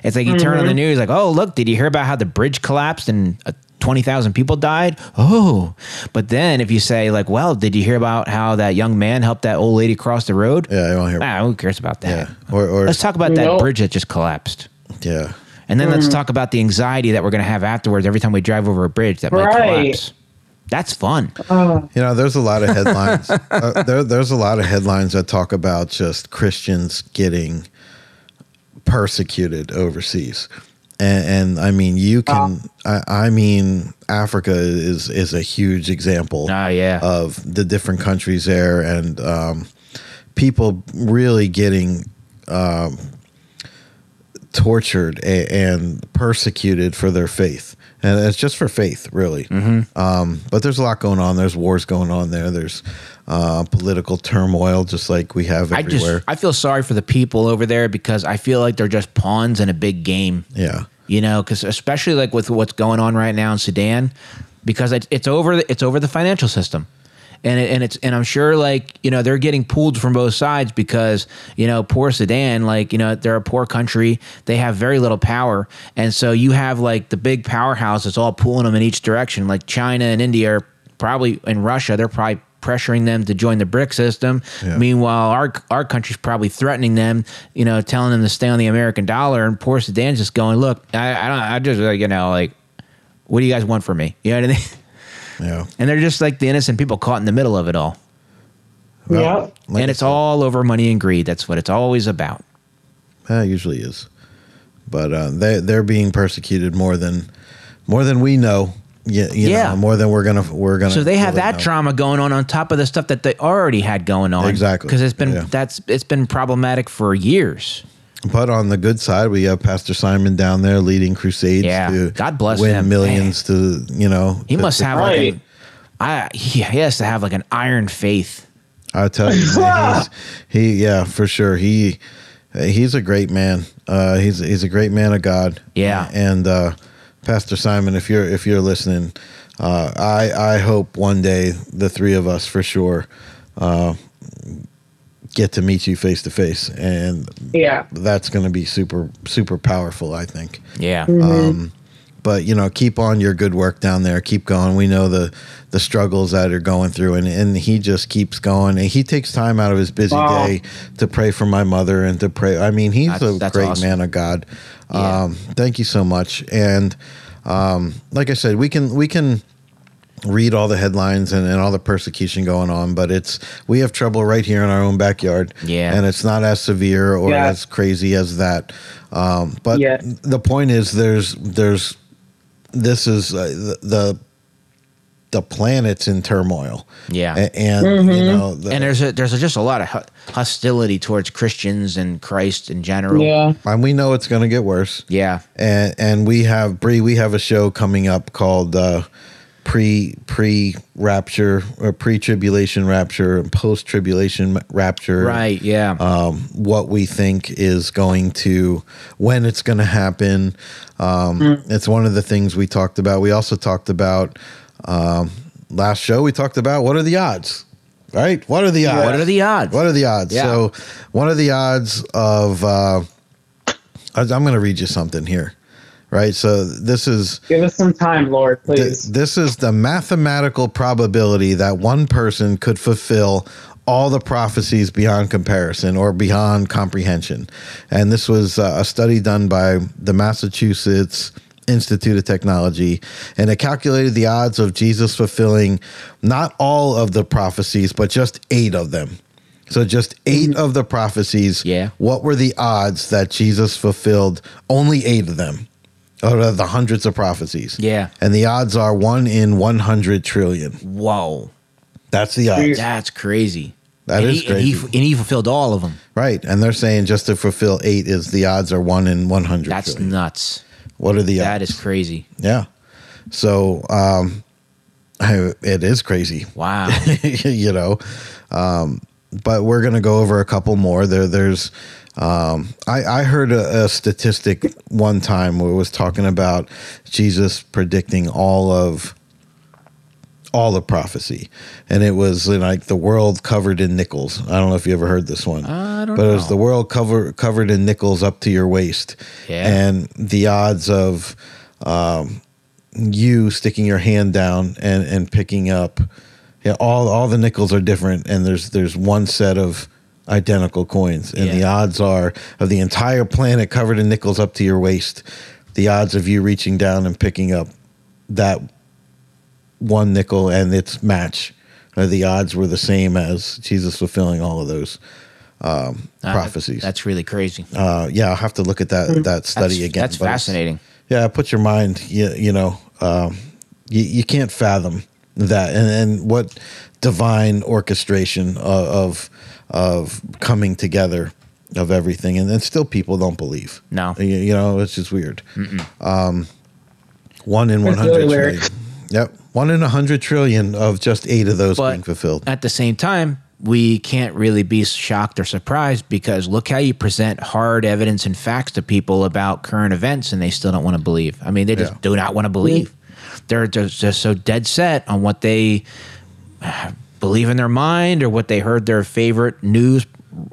Speaker 2: It's like you turn
Speaker 3: Mm-hmm.
Speaker 2: on the news, like, oh look, did you hear about how the bridge collapsed and uh, twenty thousand people died? Oh, but then if you say like, well, did you hear about how that young man helped that old lady cross the road?
Speaker 1: Yeah, I don't hear.
Speaker 2: Ah, who cares about that?
Speaker 1: Yeah, or or
Speaker 2: Let's talk about that
Speaker 3: Nope.
Speaker 2: bridge that just collapsed.
Speaker 1: yeah.
Speaker 2: And then let's talk about the anxiety that we're going to have afterwards every time we drive over a bridge that might
Speaker 3: Right.
Speaker 2: collapse. That's fun.
Speaker 1: You know, there's a lot of headlines. uh, there, there's a lot of headlines that talk about just Christians getting persecuted overseas, and, and I mean, you can. I, I mean, Africa is is a huge example.
Speaker 2: Ah, yeah.
Speaker 1: of the different countries there, and um, people really getting. Um, tortured a- and persecuted for their faith. And it's just for faith, really.
Speaker 2: Mm-hmm.
Speaker 1: Um, but there's a lot going on. There's wars going on there. There's uh, political turmoil, just like we have
Speaker 2: I just
Speaker 1: everywhere.
Speaker 2: I feel sorry for the people over there because I feel like they're just pawns in a big game.
Speaker 1: yeah.
Speaker 2: You know, because especially like with what's going on right now in Sudan, because it, it's over it's over the financial system. And, it, and it's and I'm sure like you know they're getting pulled from both sides because you know poor Sudan like you know they're a poor country they have very little power and so you have like the big powerhouses all pulling them in each direction like China and India are probably in Russia they're probably pressuring them to join the BRIC system
Speaker 1: Yeah.
Speaker 2: meanwhile our our country's probably threatening them you know telling them to stay on the American dollar and poor Sudan's just going look I, I don't I just like you know like what do you guys want from me you know what I mean *laughs*
Speaker 1: Yeah.
Speaker 2: and they're just like the innocent people caught in the middle of it all.
Speaker 3: Yeah.
Speaker 1: like
Speaker 2: and
Speaker 1: I
Speaker 2: it's
Speaker 1: said,
Speaker 2: all over money and greed. That's what it's always about.
Speaker 1: eh, it usually is. But uh, they, they're being persecuted more than more than we know. Yeah, you
Speaker 2: Yeah.
Speaker 1: Know, more than we're gonna we're gonna.
Speaker 2: So they have
Speaker 1: really
Speaker 2: that
Speaker 1: know.
Speaker 2: trauma going on on top of the stuff that they already had going on.
Speaker 1: Exactly.
Speaker 2: Because it's been
Speaker 1: Yeah.
Speaker 2: that's it's been problematic for years.
Speaker 1: But on the good side, we have Pastor Simon down there leading crusades.
Speaker 2: Yeah.
Speaker 1: to
Speaker 2: God bless
Speaker 1: win
Speaker 2: him.
Speaker 1: millions to you know.
Speaker 2: He
Speaker 1: to-
Speaker 2: must
Speaker 1: to-
Speaker 2: have like
Speaker 3: Right.
Speaker 2: an, I he he has to have like an iron faith.
Speaker 1: I tell you, man, he's, he yeah, for sure. He he's a great man. Uh, he's he's a great man of God.
Speaker 2: Yeah.
Speaker 1: And uh, Pastor Simon, if you're if you're listening, uh, I I hope one day the three of us for sure uh, get to meet you face to face, and
Speaker 3: Yeah.
Speaker 1: that's going to be super super powerful. I think.
Speaker 2: Yeah.
Speaker 1: But you know, keep on your good work down there. Keep going. We know the the struggles that are going through, and and he just keeps going. And he takes time out of his busy
Speaker 3: Wow.
Speaker 1: day to pray for my mother and to pray. I mean, he's
Speaker 2: That's-
Speaker 1: a
Speaker 2: that's
Speaker 1: great
Speaker 2: awesome.
Speaker 1: man of God.
Speaker 2: Yeah.
Speaker 1: Um, thank you so much. And um, like I said, we can we can read all the headlines and, and all the persecution going on, but it's we have trouble right here in our own backyard.
Speaker 2: Yeah.
Speaker 1: And it's not as severe or
Speaker 3: Yeah.
Speaker 1: as crazy as that. Um, but
Speaker 3: Yeah.
Speaker 1: the point is there's there's this is uh, the, the the planet's in turmoil.
Speaker 2: Yeah.
Speaker 1: A- And, uh, you know the,
Speaker 2: and there's a, there's just a lot of hu- hostility towards Christians and Christ in general.
Speaker 3: Yeah.
Speaker 1: and we know it's gonna get worse.
Speaker 2: yeah,
Speaker 1: and and we have Bree. We have a show coming up called uh, pre pre rapture or pre tribulation rapture and post tribulation rapture.
Speaker 2: right, yeah,
Speaker 1: Um, what we think is going to when it's going to happen. Um,
Speaker 2: Hmm.
Speaker 1: It's one of the things we talked about. We also talked about um, last show. We talked about what are the odds, right? What are the odds?
Speaker 2: What are the odds?
Speaker 1: What are the odds?
Speaker 2: Yeah.
Speaker 1: So, one of the odds of uh, I- I'm going to read you something here, right? So this is
Speaker 3: Give us some time, Lord,
Speaker 1: th-
Speaker 3: please.
Speaker 1: this is the mathematical probability that one person could fulfill all the prophecies beyond comparison or beyond comprehension. And this was uh, a study done by the Massachusetts Institute of Technology, and it calculated the odds of Jesus fulfilling not all of the prophecies, but just eight of them. So, just 8 of the prophecies.
Speaker 2: Yeah.
Speaker 1: What were the odds that Jesus fulfilled only eight of them out of the hundreds of prophecies?
Speaker 2: yeah.
Speaker 1: and the odds are one in 100 trillion.
Speaker 2: Whoa,
Speaker 1: That's the odds,
Speaker 2: that's crazy.
Speaker 1: That
Speaker 2: That is
Speaker 1: is
Speaker 2: and he, And he,
Speaker 1: crazy.
Speaker 2: and he fulfilled all of them.
Speaker 1: right? And they're saying just to fulfill eight is the odds are one in 100.
Speaker 2: That's
Speaker 1: trillion.
Speaker 2: nuts.
Speaker 1: what are the
Speaker 2: That
Speaker 1: odds?
Speaker 2: is crazy.
Speaker 1: yeah. So um, *laughs* I, it is crazy, *laughs*
Speaker 2: Wow.
Speaker 1: you know. Um, but we're gonna go over a couple more. There, there's. Um, I, I heard a, a statistic one time where it was talking about Jesus predicting all of all the prophecy, and it was in, like the world covered in nickels. I don't know if you ever heard this one,
Speaker 2: I don't
Speaker 1: but it was
Speaker 2: know.
Speaker 1: the world cover, covered in nickels up to your waist,
Speaker 2: Yeah.
Speaker 1: and the odds of um, you sticking your hand down and and picking up, yeah, all all the nickels are different, and there's there's one set of identical coins, and
Speaker 2: Yeah.
Speaker 1: the odds are of the entire planet covered in nickels up to your waist, the odds of you reaching down and picking up that one nickel and its match. Uh, the odds were the same as Jesus fulfilling all of those
Speaker 2: Uh,
Speaker 1: prophecies.
Speaker 2: That's really crazy.
Speaker 1: uh, yeah, I'll have to look at
Speaker 3: Mm.
Speaker 1: that that study
Speaker 2: that's,
Speaker 1: again.
Speaker 2: That's
Speaker 1: but it's-
Speaker 2: fascinating.
Speaker 1: Yeah, put your mind. You, you know, um, you, you can't fathom that, and and what divine orchestration of of, of coming together of everything, and then still people don't believe.
Speaker 2: No.
Speaker 1: you, you know, it's just weird. Um, one in one
Speaker 3: It's really
Speaker 1: hundred
Speaker 3: weird.
Speaker 1: trillion. Yep, one in a hundred trillion of just eight of those
Speaker 2: But-
Speaker 1: being fulfilled.
Speaker 2: At the same time, we can't really be shocked or surprised because look how you present hard evidence and facts to people about current events and they still don't want to believe. I mean, they just
Speaker 1: Yeah.
Speaker 2: do not want to believe. They're just, just so dead set on what they *sighs* believe in their mind or what they heard their favorite news,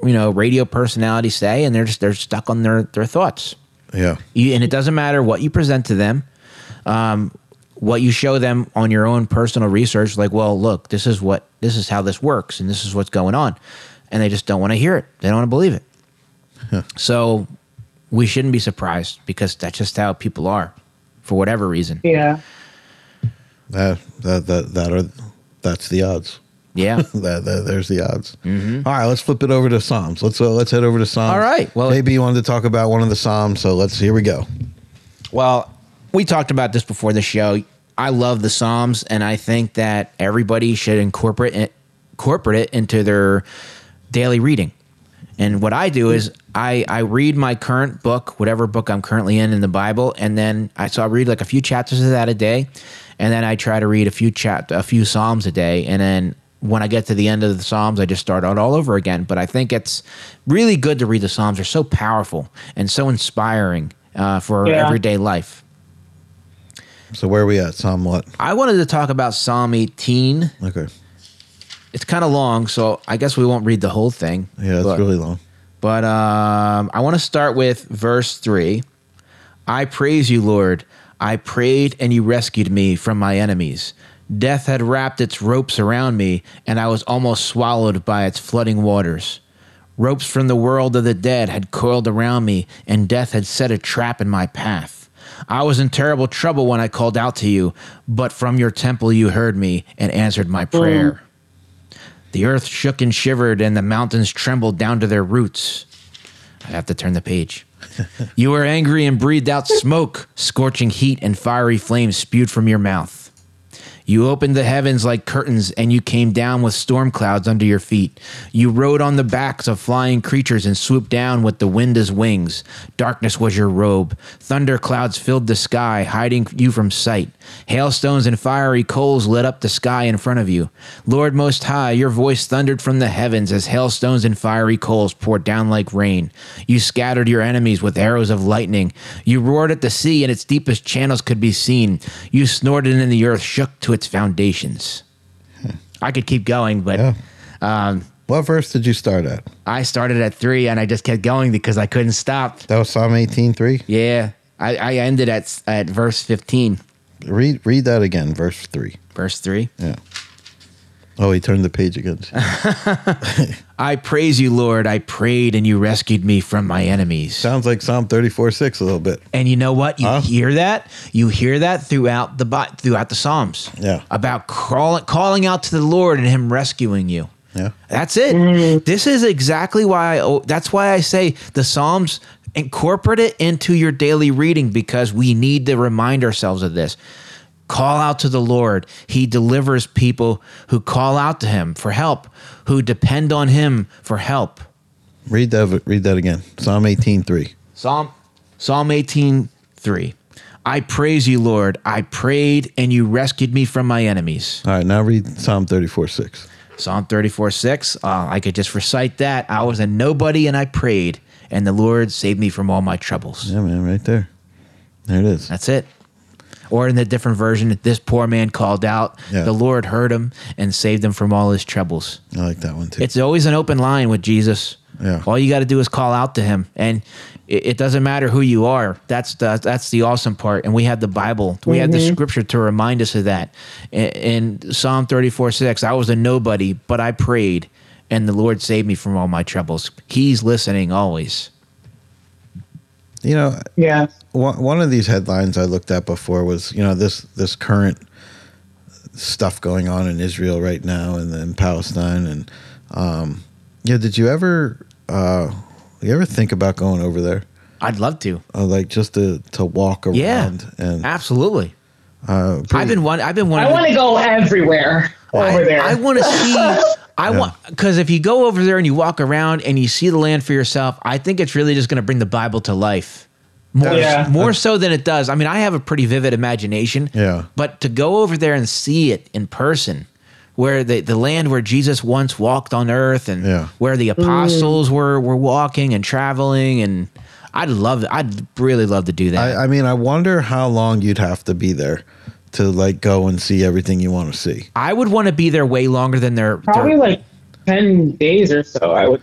Speaker 2: you know, radio personality say, and they're just they're stuck on their their thoughts.
Speaker 1: Yeah,
Speaker 2: You, and it doesn't matter what you present to them, um, what you show them on your own personal research. Like, well, look, this is what this is how this works, and this is what's going on, and they just don't want to hear it. They don't want to believe it. So we shouldn't be surprised because that's just how people are, for whatever reason.
Speaker 3: yeah.
Speaker 1: that that that, that are that's the odds.
Speaker 2: Yeah.
Speaker 1: There- there- there's the odds. All right, let's flip it over to Psalms. Let's uh, let's head over to Psalms.
Speaker 2: Mm-hmm. All right, well-
Speaker 1: maybe you wanted to talk about one of the Psalms, so let's. Here we go.
Speaker 2: *laughs* Well, we talked about this before the show. I love the Psalms, and I think that everybody should incorporate it, incorporate it into their daily reading. And what I do is I, I read my current book, whatever book I'm currently in in the Bible, and then I so I read like a few chapters of that a day, and then I try to read a few chap a few Psalms a day, and then when I get to the end of the Psalms, I just start out all over again. But I think it's really good to read the Psalms; they're so powerful and so inspiring uh, for
Speaker 3: Yeah.
Speaker 2: everyday life.
Speaker 1: So where are we at? Psalm what?
Speaker 2: I wanted to talk about Psalm 18.
Speaker 1: Okay,
Speaker 2: It's kind of long, so I guess we won't read the whole thing.
Speaker 1: yeah, it's
Speaker 2: but,
Speaker 1: really long.
Speaker 2: But um, I want to start with verse 3. I praise you, Lord. I prayed and you rescued me from my enemies. Death had wrapped its ropes around me, and I was almost swallowed by its flooding waters. Ropes from the world of the dead had coiled around me, and death had set a trap in my path. I was in terrible trouble when I called out to you, but from your temple you heard me and answered my prayer. The earth shook and shivered, and the mountains trembled down to their roots. I have to turn the page. you were angry and breathed out smoke, scorching heat and fiery flames spewed from your mouth. You opened the heavens like curtains, and you came down with storm clouds under your feet. You rode on the backs of flying creatures and swooped down with the wind as wings. Darkness was your robe. Thunder clouds filled the sky, hiding you from sight. Hailstones and fiery coals lit up the sky in front of you. Lord Most High, your voice thundered from the heavens as hailstones and fiery coals poured down like rain. You scattered your enemies with arrows of lightning. You roared at the sea, and its deepest channels could be seen. You snorted, and the earth shook to its foundations. I could keep going, but
Speaker 1: Yeah. What verse did you start at?
Speaker 2: I started at three and I just kept going because I couldn't stop.
Speaker 1: That was Psalm 18:3.
Speaker 2: Yeah, I, I ended at at verse fifteen,
Speaker 1: Read read that again, verse 3.
Speaker 2: verse three.
Speaker 1: Yeah. Oh, he turned the page
Speaker 2: *laughs*
Speaker 1: again.
Speaker 2: I praise you, Lord. I prayed and you rescued me from my enemies.
Speaker 1: Sounds like Psalm 34:6 a little bit.
Speaker 2: And you know what? You
Speaker 1: Huh?
Speaker 2: hear that? You hear that throughout the Bi- throughout the Psalms.
Speaker 1: Yeah.
Speaker 2: About crawling, calling out to the Lord and Him rescuing you.
Speaker 1: Yeah.
Speaker 2: That's it. This is exactly why. I, oh, that's why I say the Psalms incorporate it into your daily reading because we need to remind ourselves of this. Call out to the Lord. He delivers people who call out to Him for help, who depend on Him for help.
Speaker 1: Read that read that again. Psalm 18:3.
Speaker 2: Psalm Psalm 18 3. I praise you, Lord. I prayed and you rescued me from my enemies.
Speaker 1: All right, now read Psalm 34:6.
Speaker 2: Psalm 34 6. Uh, I could just recite that. I was a nobody and I prayed, and the Lord saved me from all my troubles.
Speaker 1: Yeah, man, right there. There it is.
Speaker 2: That's it. Or in the different version, this poor man called out,
Speaker 1: Yeah.
Speaker 2: the Lord heard him and saved him from all his troubles.
Speaker 1: I like that one too.
Speaker 2: It's always an open line with Jesus.
Speaker 1: Yeah.
Speaker 2: All you got to do is call out to him, and it, it doesn't matter who you are. That's the that's the awesome part. And we have the Bible, we have the Scripture to remind us of that. In, in Psalm thirty four six, I was a nobody, but I prayed, and the Lord saved me from all my troubles. He's listening always.
Speaker 1: You know,
Speaker 3: Yeah.
Speaker 1: one, one of these headlines I looked at before was you know this this current stuff going on in Israel right now and then Palestine and um, yeah. Did you ever uh, you ever think about going over there?
Speaker 2: I'd love to.
Speaker 1: Uh, like just to to walk around
Speaker 2: Yeah.
Speaker 1: and
Speaker 2: Absolutely.
Speaker 1: uh,
Speaker 2: I've been one. I've been one.
Speaker 3: I want to go everywhere over there.
Speaker 2: I want to see. I want because if you go over there and you walk around and you see the land for yourself, I think it's really just going to bring the Bible to life more
Speaker 3: Yeah.
Speaker 2: more so than it does. I mean, I have a pretty vivid imagination.
Speaker 1: Yeah.
Speaker 2: But to go over there and see it in person, where the, the land where Jesus once walked on earth and
Speaker 1: Yeah.
Speaker 2: where
Speaker 3: Mm.
Speaker 2: the apostles were were walking and traveling and I'd love I'd really love to do that.
Speaker 1: I, I mean, I wonder how long you'd have to be there to like go and see everything you want to see.
Speaker 2: I, would want to be there way longer than their
Speaker 3: Probably
Speaker 2: their-
Speaker 3: like 10 days or so, I would.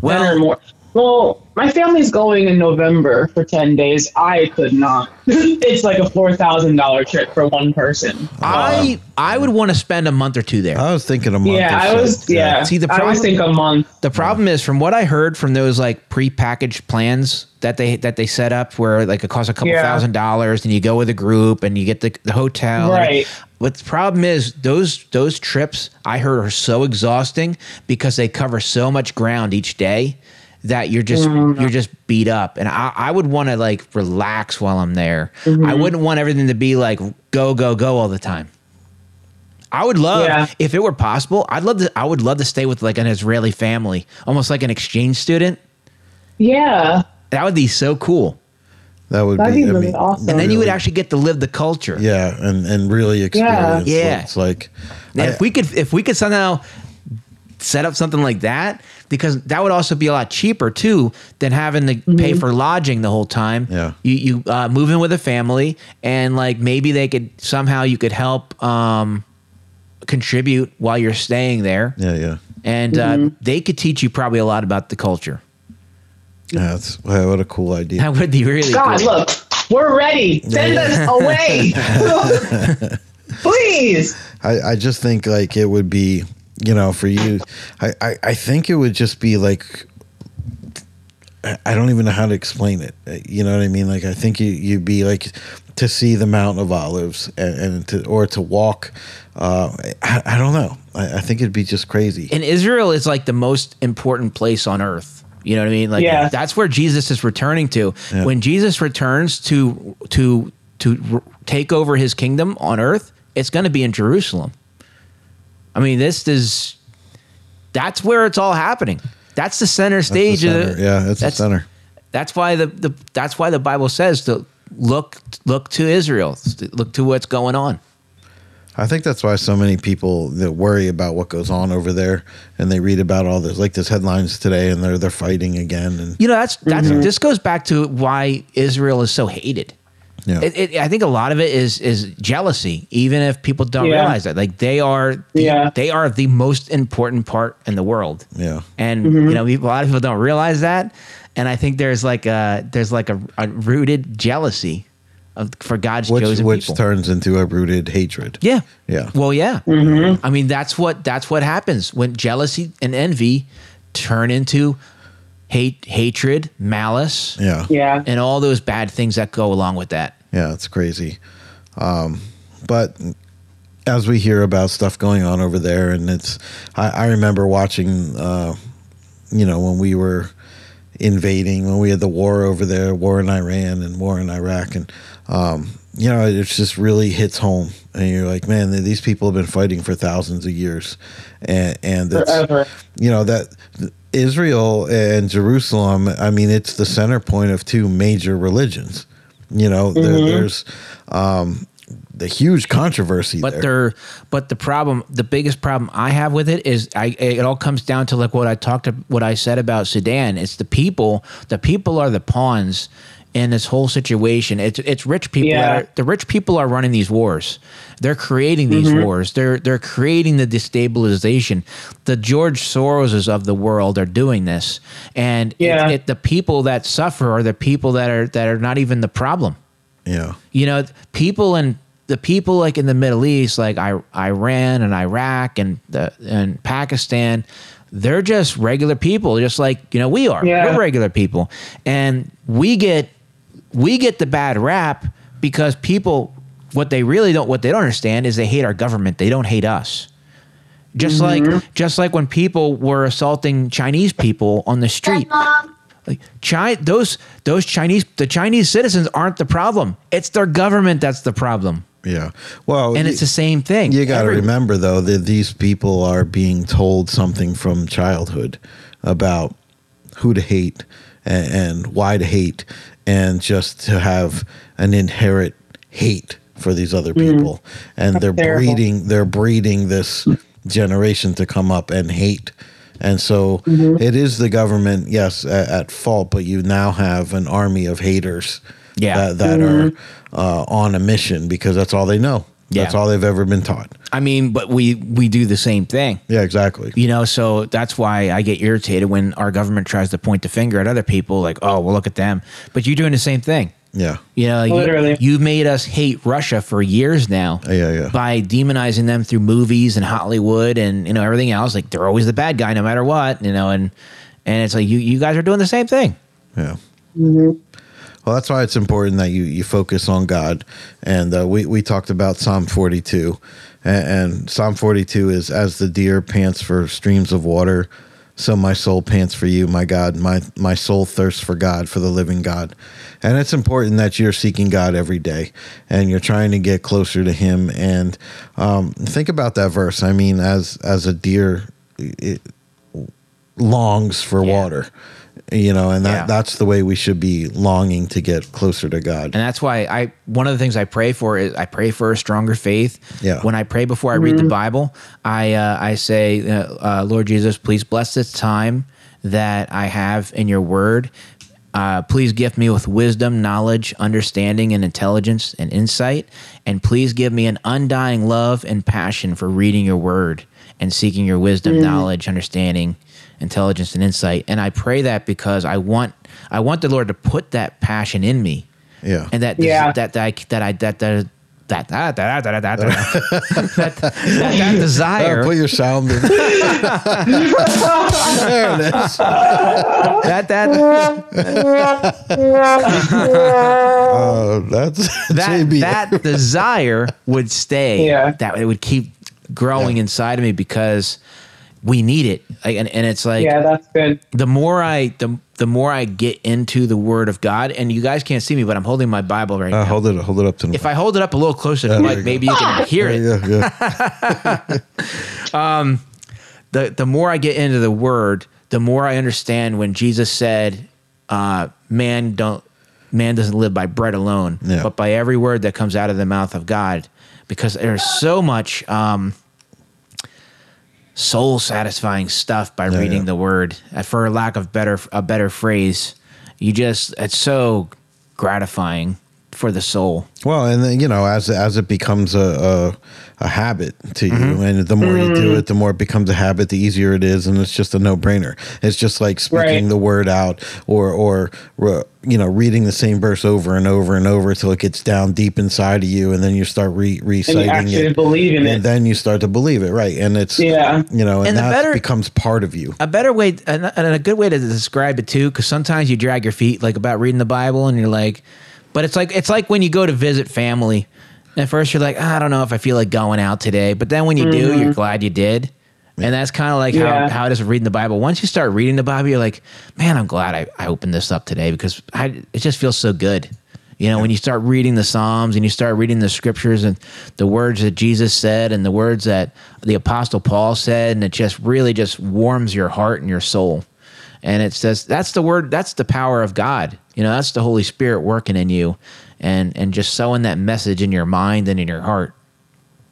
Speaker 2: Well-
Speaker 3: 10 or more. Well, my family's going in November for 10 days. I could not. *laughs* it's like a $4,000 trip for one person.
Speaker 2: I I would want to spend a month or two there.
Speaker 1: I was thinking a month.
Speaker 3: yeah,
Speaker 1: or
Speaker 3: I
Speaker 1: so.
Speaker 3: was, yeah.
Speaker 2: See, the
Speaker 3: I
Speaker 2: problem-
Speaker 3: always think a month.
Speaker 2: The problem is, from what I heard from those like prepackaged plans that they that they set up, where like it costs a couple
Speaker 3: Yeah.
Speaker 2: thousand dollars, and you go with a group, and you get the, the hotel. and-
Speaker 3: Right.
Speaker 2: But the problem is, those those trips I heard are so exhausting because they cover so much ground each day that you're just
Speaker 3: Mm.
Speaker 2: you're just beat up. And I I would want to like relax while I'm there.
Speaker 3: Mm-hmm.
Speaker 2: I wouldn't want everything to be like go go go all the time. I would love
Speaker 3: Yeah.
Speaker 2: if it were possible. I'd love to. I would love to stay with like an Israeli family, almost like an exchange student.
Speaker 3: Yeah.
Speaker 2: That would be so cool.
Speaker 1: That would
Speaker 3: That'd
Speaker 1: be,
Speaker 3: be
Speaker 1: I
Speaker 3: really
Speaker 1: mean,
Speaker 3: awesome.
Speaker 2: And then you would
Speaker 1: really-
Speaker 2: actually get to live the culture.
Speaker 1: Yeah, and and really experience.
Speaker 2: Yeah.
Speaker 1: what it's like
Speaker 2: And
Speaker 1: I-
Speaker 2: if we could, if we could somehow set up something like that, because that would also be a lot cheaper too than having to pay for lodging the whole time.
Speaker 1: Mm-hmm. Yeah.
Speaker 2: You you uh, move in with a family, and like maybe they could somehow you could help um, contribute while you're staying there,
Speaker 1: Yeah, Mm-hmm. yeah.
Speaker 2: and uh, they could teach you probably a lot about the culture.
Speaker 1: Yeah, that's wow, what a cool idea.
Speaker 2: *laughs* That would be really
Speaker 3: God,
Speaker 2: cool.
Speaker 3: look, We're ready. Send
Speaker 2: *laughs*
Speaker 3: us away. Please.
Speaker 1: I, I just think like it would be, you know, for you, I, I, I think it would just be like, I I don't even know how to explain it. Uh, You know what I mean? Like, I think you, you'd be like to see the mountain of olives and, and to, or to walk. Uh, I, I don't know. I, I think it'd be just crazy.
Speaker 2: and Israel is like the most important place on earth. You know what I mean? Like
Speaker 3: Yeah.
Speaker 2: that's where Jesus is returning to.
Speaker 1: Yeah.
Speaker 2: When Jesus returns to to to r- take over his kingdom on earth, it's going to be in Jerusalem. I mean, this is that's where it's all happening. That's the center
Speaker 1: That's
Speaker 2: stage
Speaker 1: the
Speaker 2: of
Speaker 1: center.
Speaker 2: the,
Speaker 1: Yeah, that's, the center.
Speaker 2: That's why the, the that's why the Bible says to look look to Israel, look to what's going on.
Speaker 1: I think that's why so many people that worry about what goes on over there, and they read about all this, like this headlines today, and they're they're fighting again, and
Speaker 2: You know, that's that's this goes back to why Israel is so hated.
Speaker 1: yeah,
Speaker 2: It, it, I think a lot of it is is jealousy, even if people don't
Speaker 3: Yeah.
Speaker 2: realize that. Like they are, the,
Speaker 3: Yeah.
Speaker 2: they are the most important part in the world.
Speaker 1: yeah.
Speaker 2: And you know, people- a lot of people don't realize that. And I think there's like a there's like a, a rooted jealousy of for God's
Speaker 1: Which
Speaker 2: chosen
Speaker 1: which
Speaker 2: people.
Speaker 1: turns into a rooted hatred.
Speaker 2: yeah.
Speaker 1: Yeah.
Speaker 2: Well, yeah. I mean, that's what that's what happens when jealousy and envy turn into hate, hatred, malice,
Speaker 1: yeah, yeah,
Speaker 3: Yeah.
Speaker 2: and all those bad things that go along with that.
Speaker 1: It's crazy, um, but as we hear about stuff going on over there, and it's I, I remember watching, uh, you know, when we were invading, when we had the war over there, war in Iran and war in Iraq, and um, you know, it just really hits home, and you're like, man, these people have been fighting for thousands of years, and and it's,
Speaker 3: Forever.
Speaker 1: you know that Israel and Jerusalem. I mean, it's the center point of two major religions. You know, there, there's um, the huge controversy
Speaker 2: but
Speaker 1: there.
Speaker 2: they're but the problem the biggest problem i have with it is i it all comes down to like what i talked to what i said about sudan it's the people the people are the pawns in this whole situation it's it's rich people
Speaker 3: Yeah.
Speaker 2: that are, the rich people are running these wars they're creating these
Speaker 3: Mm-hmm.
Speaker 2: wars they're they're creating the destabilization the george soroses of the world are doing this and
Speaker 3: Yeah.
Speaker 2: it, it, the people that suffer are the people that are that are not even the problem
Speaker 1: yeah,
Speaker 2: you know people in the people like in the middle east like I, iran and iraq and the and pakistan they're just regular people just like you know we are
Speaker 3: Yeah.
Speaker 2: we're regular people and we get we get the bad rap because people what they really don't what they don't understand is they hate our government they don't hate us just like just like when people were assaulting chinese people on the street like Chi- those those Chinese the Chinese citizens aren't the problem. It's their government that's the problem.
Speaker 1: yeah. Well,
Speaker 2: And
Speaker 1: you-
Speaker 2: it's the same thing.
Speaker 1: You got to
Speaker 2: Every-
Speaker 1: remember though that these people are being told something from childhood about who to hate and, and why to hate, and just to have an inherent hate for these other
Speaker 2: Mm-hmm.
Speaker 1: people, and they're
Speaker 3: terrible.
Speaker 1: breeding they're breeding this generation to come up and hate. And so
Speaker 2: Mm-hmm.
Speaker 1: it is the government, yes, at, at fault, but you now have an army of haters uh,
Speaker 2: Yeah.
Speaker 1: that, that are uh, on a mission because that's all they know. That's
Speaker 2: Yeah.
Speaker 1: all they've ever been taught.
Speaker 2: I mean, but we we do the same thing.
Speaker 1: Yeah, exactly.
Speaker 2: You know, so that's why I get irritated when our government tries to point the finger at other people like, "Oh, well look at them." But you're doing the same thing.
Speaker 1: Yeah.
Speaker 2: You know, you-
Speaker 3: Literally.
Speaker 2: you, made us hate Russia for years now.
Speaker 1: Yeah, yeah.
Speaker 2: By demonizing them through movies and Hollywood and you know everything else, like they're always the bad guy no matter what. You know, and and it's like you you guys are doing the same thing.
Speaker 1: Yeah. Well, that's why it's important that you, you focus on God. And uh, we, we talked about Psalm 42. And, and Psalm 42 is as the deer pants for streams of water, so my soul pants for you, my God. My, my soul thirsts for God, for the living God. And it's important that you're seeking God every day and you're trying to get closer to Him. And um, think about that verse. I mean, as, as a deer, it, longs for
Speaker 2: Yeah.
Speaker 1: water you know and that
Speaker 2: Yeah.
Speaker 1: that's the way we should be longing to get closer to god
Speaker 2: and that's why I one of the things I pray for is I pray for a stronger faith.
Speaker 1: Yeah.
Speaker 2: When I pray before I read the Bible, I uh, I say, uh, uh, Lord Jesus, please bless this time that I have in Your Word. Uh, please gift me with wisdom, knowledge, understanding, and intelligence and insight. And please give me an undying love and passion for reading Your Word and seeking Your wisdom, knowledge, understanding, intelligence, and insight. And I pray that because I want I want the Lord to put that passion in me
Speaker 1: Yeah.
Speaker 2: and that
Speaker 3: Yeah.
Speaker 2: that that that I that that that that that that that
Speaker 3: *laughs*
Speaker 2: that that
Speaker 1: Oh, put
Speaker 2: desire
Speaker 1: your sound
Speaker 2: *laughs*
Speaker 1: in. there it is.
Speaker 2: that that
Speaker 1: Uh, that's *laughs*
Speaker 2: that
Speaker 1: JB.
Speaker 2: that desire would stay.
Speaker 3: Yeah.
Speaker 2: That it would keep growing
Speaker 1: Yeah.
Speaker 2: inside of me because we need it. Like, and and it's like
Speaker 3: yeah, that's good.
Speaker 2: the more I the the more I get into the Word of God, and you guys can't see me, but I'm holding my Bible right
Speaker 1: Uh,
Speaker 2: now.
Speaker 1: hold it. Hold it up to me.
Speaker 2: If I hold it up a little closer to
Speaker 1: Yeah,
Speaker 2: the
Speaker 1: there
Speaker 2: mic,
Speaker 1: you
Speaker 2: maybe you
Speaker 3: Ah.
Speaker 2: can hear it.
Speaker 1: yeah,
Speaker 2: *laughs*
Speaker 1: yeah.
Speaker 2: the the more I get into the word, the more I understand when Jesus said, uh, "Man don't man doesn't live by bread alone,
Speaker 1: Yeah.
Speaker 2: but by every word that comes out of the mouth of God," because there's so much um, soul satisfying stuff by reading
Speaker 1: yeah.
Speaker 2: the word. Uh, For lack of better a better phrase, you just it's so gratifying for the soul.
Speaker 1: Well, and then, you know, as as it becomes a a, a habit to you,
Speaker 2: Mm-hmm.
Speaker 1: and the more you do it, the more it becomes a habit, the easier it is, and it's just a no brainer. It's just like speaking
Speaker 3: Right.
Speaker 1: the word out, or or re- you know, reading the same verse over and over and over till it gets down deep inside of you, and then you start re-
Speaker 3: And you
Speaker 1: reciting
Speaker 3: actually
Speaker 1: it,
Speaker 3: believe in
Speaker 1: and
Speaker 3: it.
Speaker 1: then you start to believe it, right? And it's
Speaker 3: Yeah.
Speaker 1: you know, and,
Speaker 2: And the
Speaker 1: that
Speaker 2: better-
Speaker 1: becomes part of you.
Speaker 2: a better way and and a good way to describe it too because sometimes you drag your feet like about reading the bible and you're like but it's like it's like when you go to visit family at first you're like "Ah, i don't know if i feel like going out today but then when you do you're glad you did and that's kind of like
Speaker 3: Yeah.
Speaker 2: how, how it is with reading the bible once you start reading the bible you're like man i'm glad i, I opened this up today because I, it just feels so good you know when you start reading the psalms and you start reading the scriptures and the words that jesus said and the words that the apostle paul said and it just really just warms your heart and your soul and it says that's the word that's the power of god you know that's the holy spirit working in you and and just sowing that message in your mind and in your heart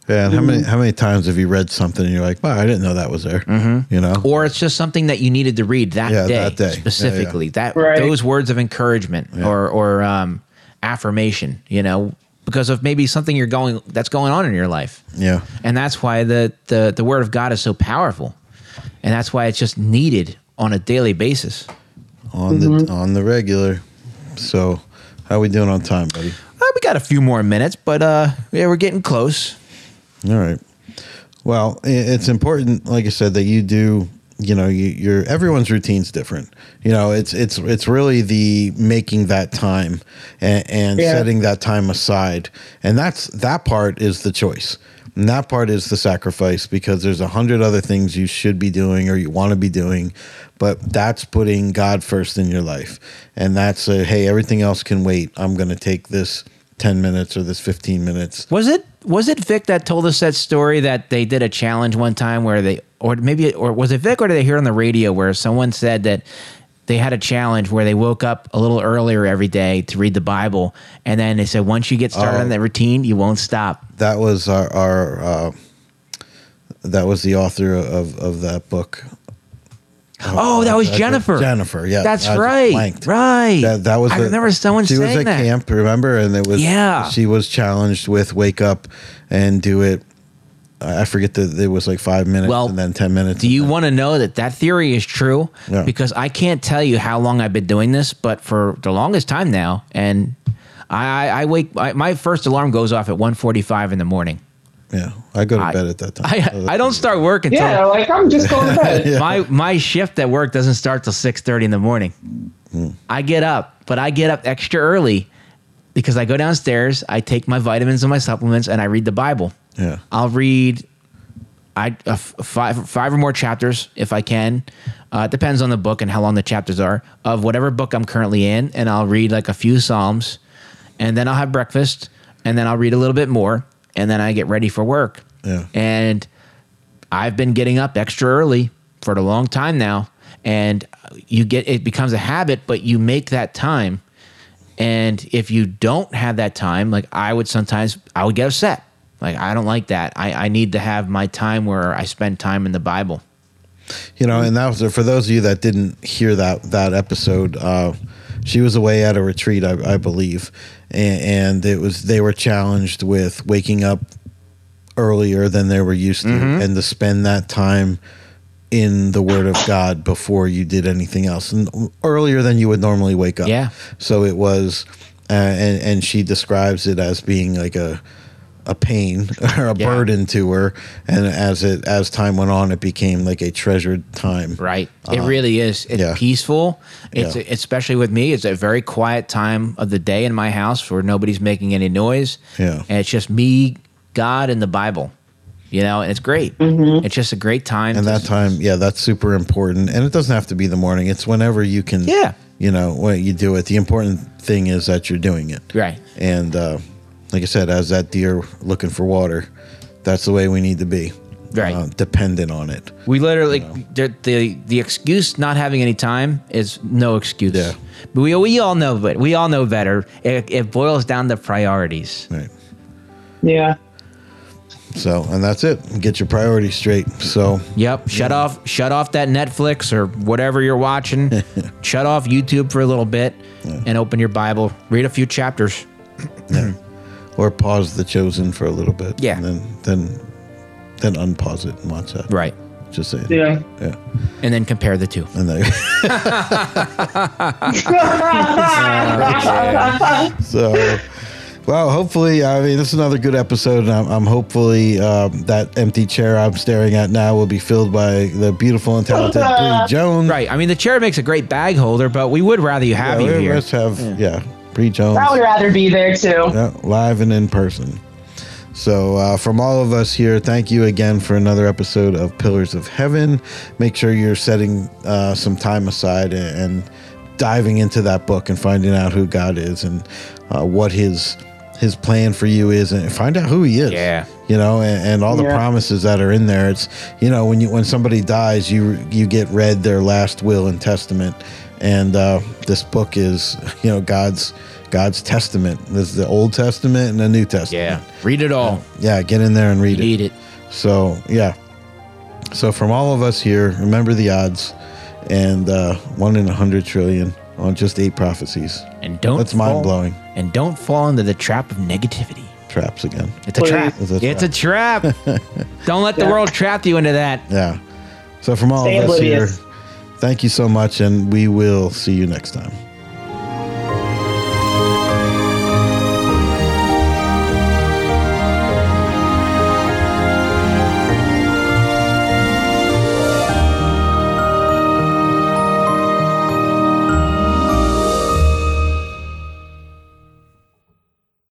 Speaker 1: Yeah, and how many how many times have you read something and you're like, wow, I didn't know that was there. Mm-hmm. You know,
Speaker 2: or it's just something that you needed to read that,
Speaker 1: Yeah,
Speaker 2: day,
Speaker 1: that day. Yeah, yeah.
Speaker 2: specifically that
Speaker 3: Right.
Speaker 2: those words of encouragement or or um, affirmation you know because of maybe something you're going that's going on in your life
Speaker 1: yeah,
Speaker 2: and that's why the the, the word of god is so powerful and that's why it's just needed on a daily basis
Speaker 1: on the on the regular. So, how we doing on time, buddy?
Speaker 2: Uh, we got a few more minutes but uh yeah we're getting close
Speaker 1: All right. Well, i- it's important, like I said, that you do. You know, you, your everyone's routine's different. You know, it's it's it's really the making that time and, and
Speaker 3: Yeah.
Speaker 1: setting that time aside, and that's that part is the choice. And that part is the sacrifice because there's a hundred other things you should be doing or you want to be doing, but that's putting God first in your life, and that's a, hey, everything else can wait. I'm going to take this ten minutes or this fifteen minutes.
Speaker 2: Was it was it Vic that told us that story that they did a challenge one time where they or maybe or was it Vic or did they hear it on the radio where someone said that they had a challenge where they woke up a little earlier every day to read the Bible and then they said once you get started
Speaker 1: Oh.
Speaker 2: on that routine you won't stop.
Speaker 1: that was our, our uh, that was the author of of that book.
Speaker 2: Oh, that was
Speaker 1: That's
Speaker 2: Jennifer.
Speaker 1: Jennifer, yeah,
Speaker 2: That's
Speaker 1: I just
Speaker 2: right.
Speaker 1: blanked.
Speaker 2: Right.
Speaker 1: That, that was
Speaker 2: I
Speaker 1: the-
Speaker 2: remember someone
Speaker 1: she was
Speaker 2: saying
Speaker 1: at
Speaker 2: that.
Speaker 1: camp, remember, and it was
Speaker 2: Yeah.
Speaker 1: She was challenged with wake up and do it. I I forget that it was like five minutes
Speaker 2: Well,
Speaker 1: and then ten minutes.
Speaker 2: Do you want to know that that theory is true?
Speaker 1: Yeah.
Speaker 2: Because I can't tell you how long I've been doing this, but for the longest time now, and I, I, I wake I, my first alarm goes off at 1.45 in the morning. *laughs*
Speaker 1: Yeah, I go to bed at that time.
Speaker 2: I,
Speaker 1: So
Speaker 2: I don't start work until
Speaker 3: Yeah, like I'm just going to
Speaker 2: *laughs*
Speaker 3: bed.
Speaker 2: my my shift at work doesn't start till six thirty in the morning. I get up, but I get up extra early because I go downstairs, I take my vitamins and my supplements, and I read the Bible.
Speaker 1: Yeah.
Speaker 2: I'll read I uh, f- five five or more chapters if I can. Uh, it depends on the book and how long the chapters are of whatever book I'm currently in, and I'll read like a few psalms, and then I'll have breakfast, and then I'll read a little bit more, and then I get ready for work.
Speaker 1: Yeah.
Speaker 2: And I've been getting up extra early for a long time now, and you get it becomes a habit, but you make that time. And if you don't have that time, like I would sometimes, I would get upset. Like I don't like that. I, I need to have my time where I spend time in the Bible.
Speaker 1: you know and that was for those of you that didn't hear that that episode uh she was away at a retreat i, I believe and, and it was they were challenged with waking up earlier than they were used to and to spend that time in the word of god before you did anything else and earlier than you would normally wake up
Speaker 2: Yeah.
Speaker 1: so it was uh, and and she describes it as being like a a pain *laughs* or a
Speaker 2: Yeah.
Speaker 1: burden to her, and as it as time went on, it became like a treasured time.
Speaker 2: Right. it really is. It's
Speaker 1: Uh-huh. yeah.
Speaker 2: peaceful. It's
Speaker 1: Yeah.
Speaker 2: especially with me. It's a very quiet time of the day in my house where nobody's making any noise.
Speaker 1: Yeah.
Speaker 2: And it's just me, God, and the Bible. You know, and it's great. It's just a great time.
Speaker 1: And
Speaker 2: to-
Speaker 1: that time, yeah, that's super important. And it doesn't have to be the morning. It's whenever you can.
Speaker 2: Yeah.
Speaker 1: You know when you do it. The important thing is that you're doing it.
Speaker 2: right.
Speaker 1: And uh, like I said, as that deer looking for water, that's the way we need to be.
Speaker 2: Right.
Speaker 1: Uh, dependent on it.
Speaker 2: We literally the, the the excuse not having any time is no excuse.
Speaker 1: Yeah.
Speaker 2: But we we all know, but we all know better. It, it boils down to priorities.
Speaker 1: Right.
Speaker 3: Yeah.
Speaker 1: So, and that's it. Get your priorities straight. So,
Speaker 2: Yep. Shut off shut off that Netflix or whatever you're watching.
Speaker 1: *laughs*
Speaker 2: shut off YouTube for a little bit and open your Bible. Read a few chapters.
Speaker 1: or pause the chosen for a little bit.
Speaker 2: Yeah.
Speaker 1: And then, then, then unpause it and watch that.
Speaker 2: Right.
Speaker 1: Just saying.
Speaker 2: *laughs*
Speaker 3: Yeah.
Speaker 1: Yeah.
Speaker 2: And then compare the two.
Speaker 1: And then, so, well, hopefully, I mean, this is another good episode, and I'm, I'm hopefully um, that empty chair I'm staring at now will be filled by the beautiful and talented Bree Jones.
Speaker 2: Right. I mean the chair makes a great bag holder, but we would rather you have
Speaker 1: Yeah,
Speaker 2: you
Speaker 1: we
Speaker 2: here.
Speaker 1: must have, yeah, Bree Jones.
Speaker 3: *laughs* I would rather be there too.
Speaker 1: Yeah, live and in person. So, uh, from all of us here, thank you again for another episode of Pillars of Heaven. Make sure you're setting uh, some time aside and, and diving into that book and finding out who God is and uh, what His His plan for you is, and find out who He is.
Speaker 2: Yeah.
Speaker 1: you know, and, and all the
Speaker 3: Yeah.
Speaker 1: promises that are in there. It's you know when you when somebody dies, you you get read their last will and testament, and uh, this book is *laughs* you know God's God's testament. This is the Old Testament and the New
Speaker 2: Yeah.
Speaker 1: Testament.
Speaker 2: Read it all.
Speaker 1: yeah. Get in there and read
Speaker 2: Need
Speaker 1: it.
Speaker 2: it.
Speaker 1: So yeah. So from all of us here, remember the odds, and uh, one in a hundred trillion on just eight prophecies.
Speaker 2: And don't
Speaker 1: That's
Speaker 2: fall-
Speaker 1: mind-blowing.
Speaker 2: And don't fall into the trap of negativity.
Speaker 1: Traps again.
Speaker 2: It's a
Speaker 3: Please.
Speaker 2: trap.
Speaker 1: It's a
Speaker 2: It's a trap.
Speaker 1: *laughs*
Speaker 2: don't let the
Speaker 3: Yeah.
Speaker 2: world trap you into that.
Speaker 1: Yeah. So from all
Speaker 3: Stay
Speaker 1: of us
Speaker 3: oblivious.
Speaker 1: here, thank you so much, and we will see you next time.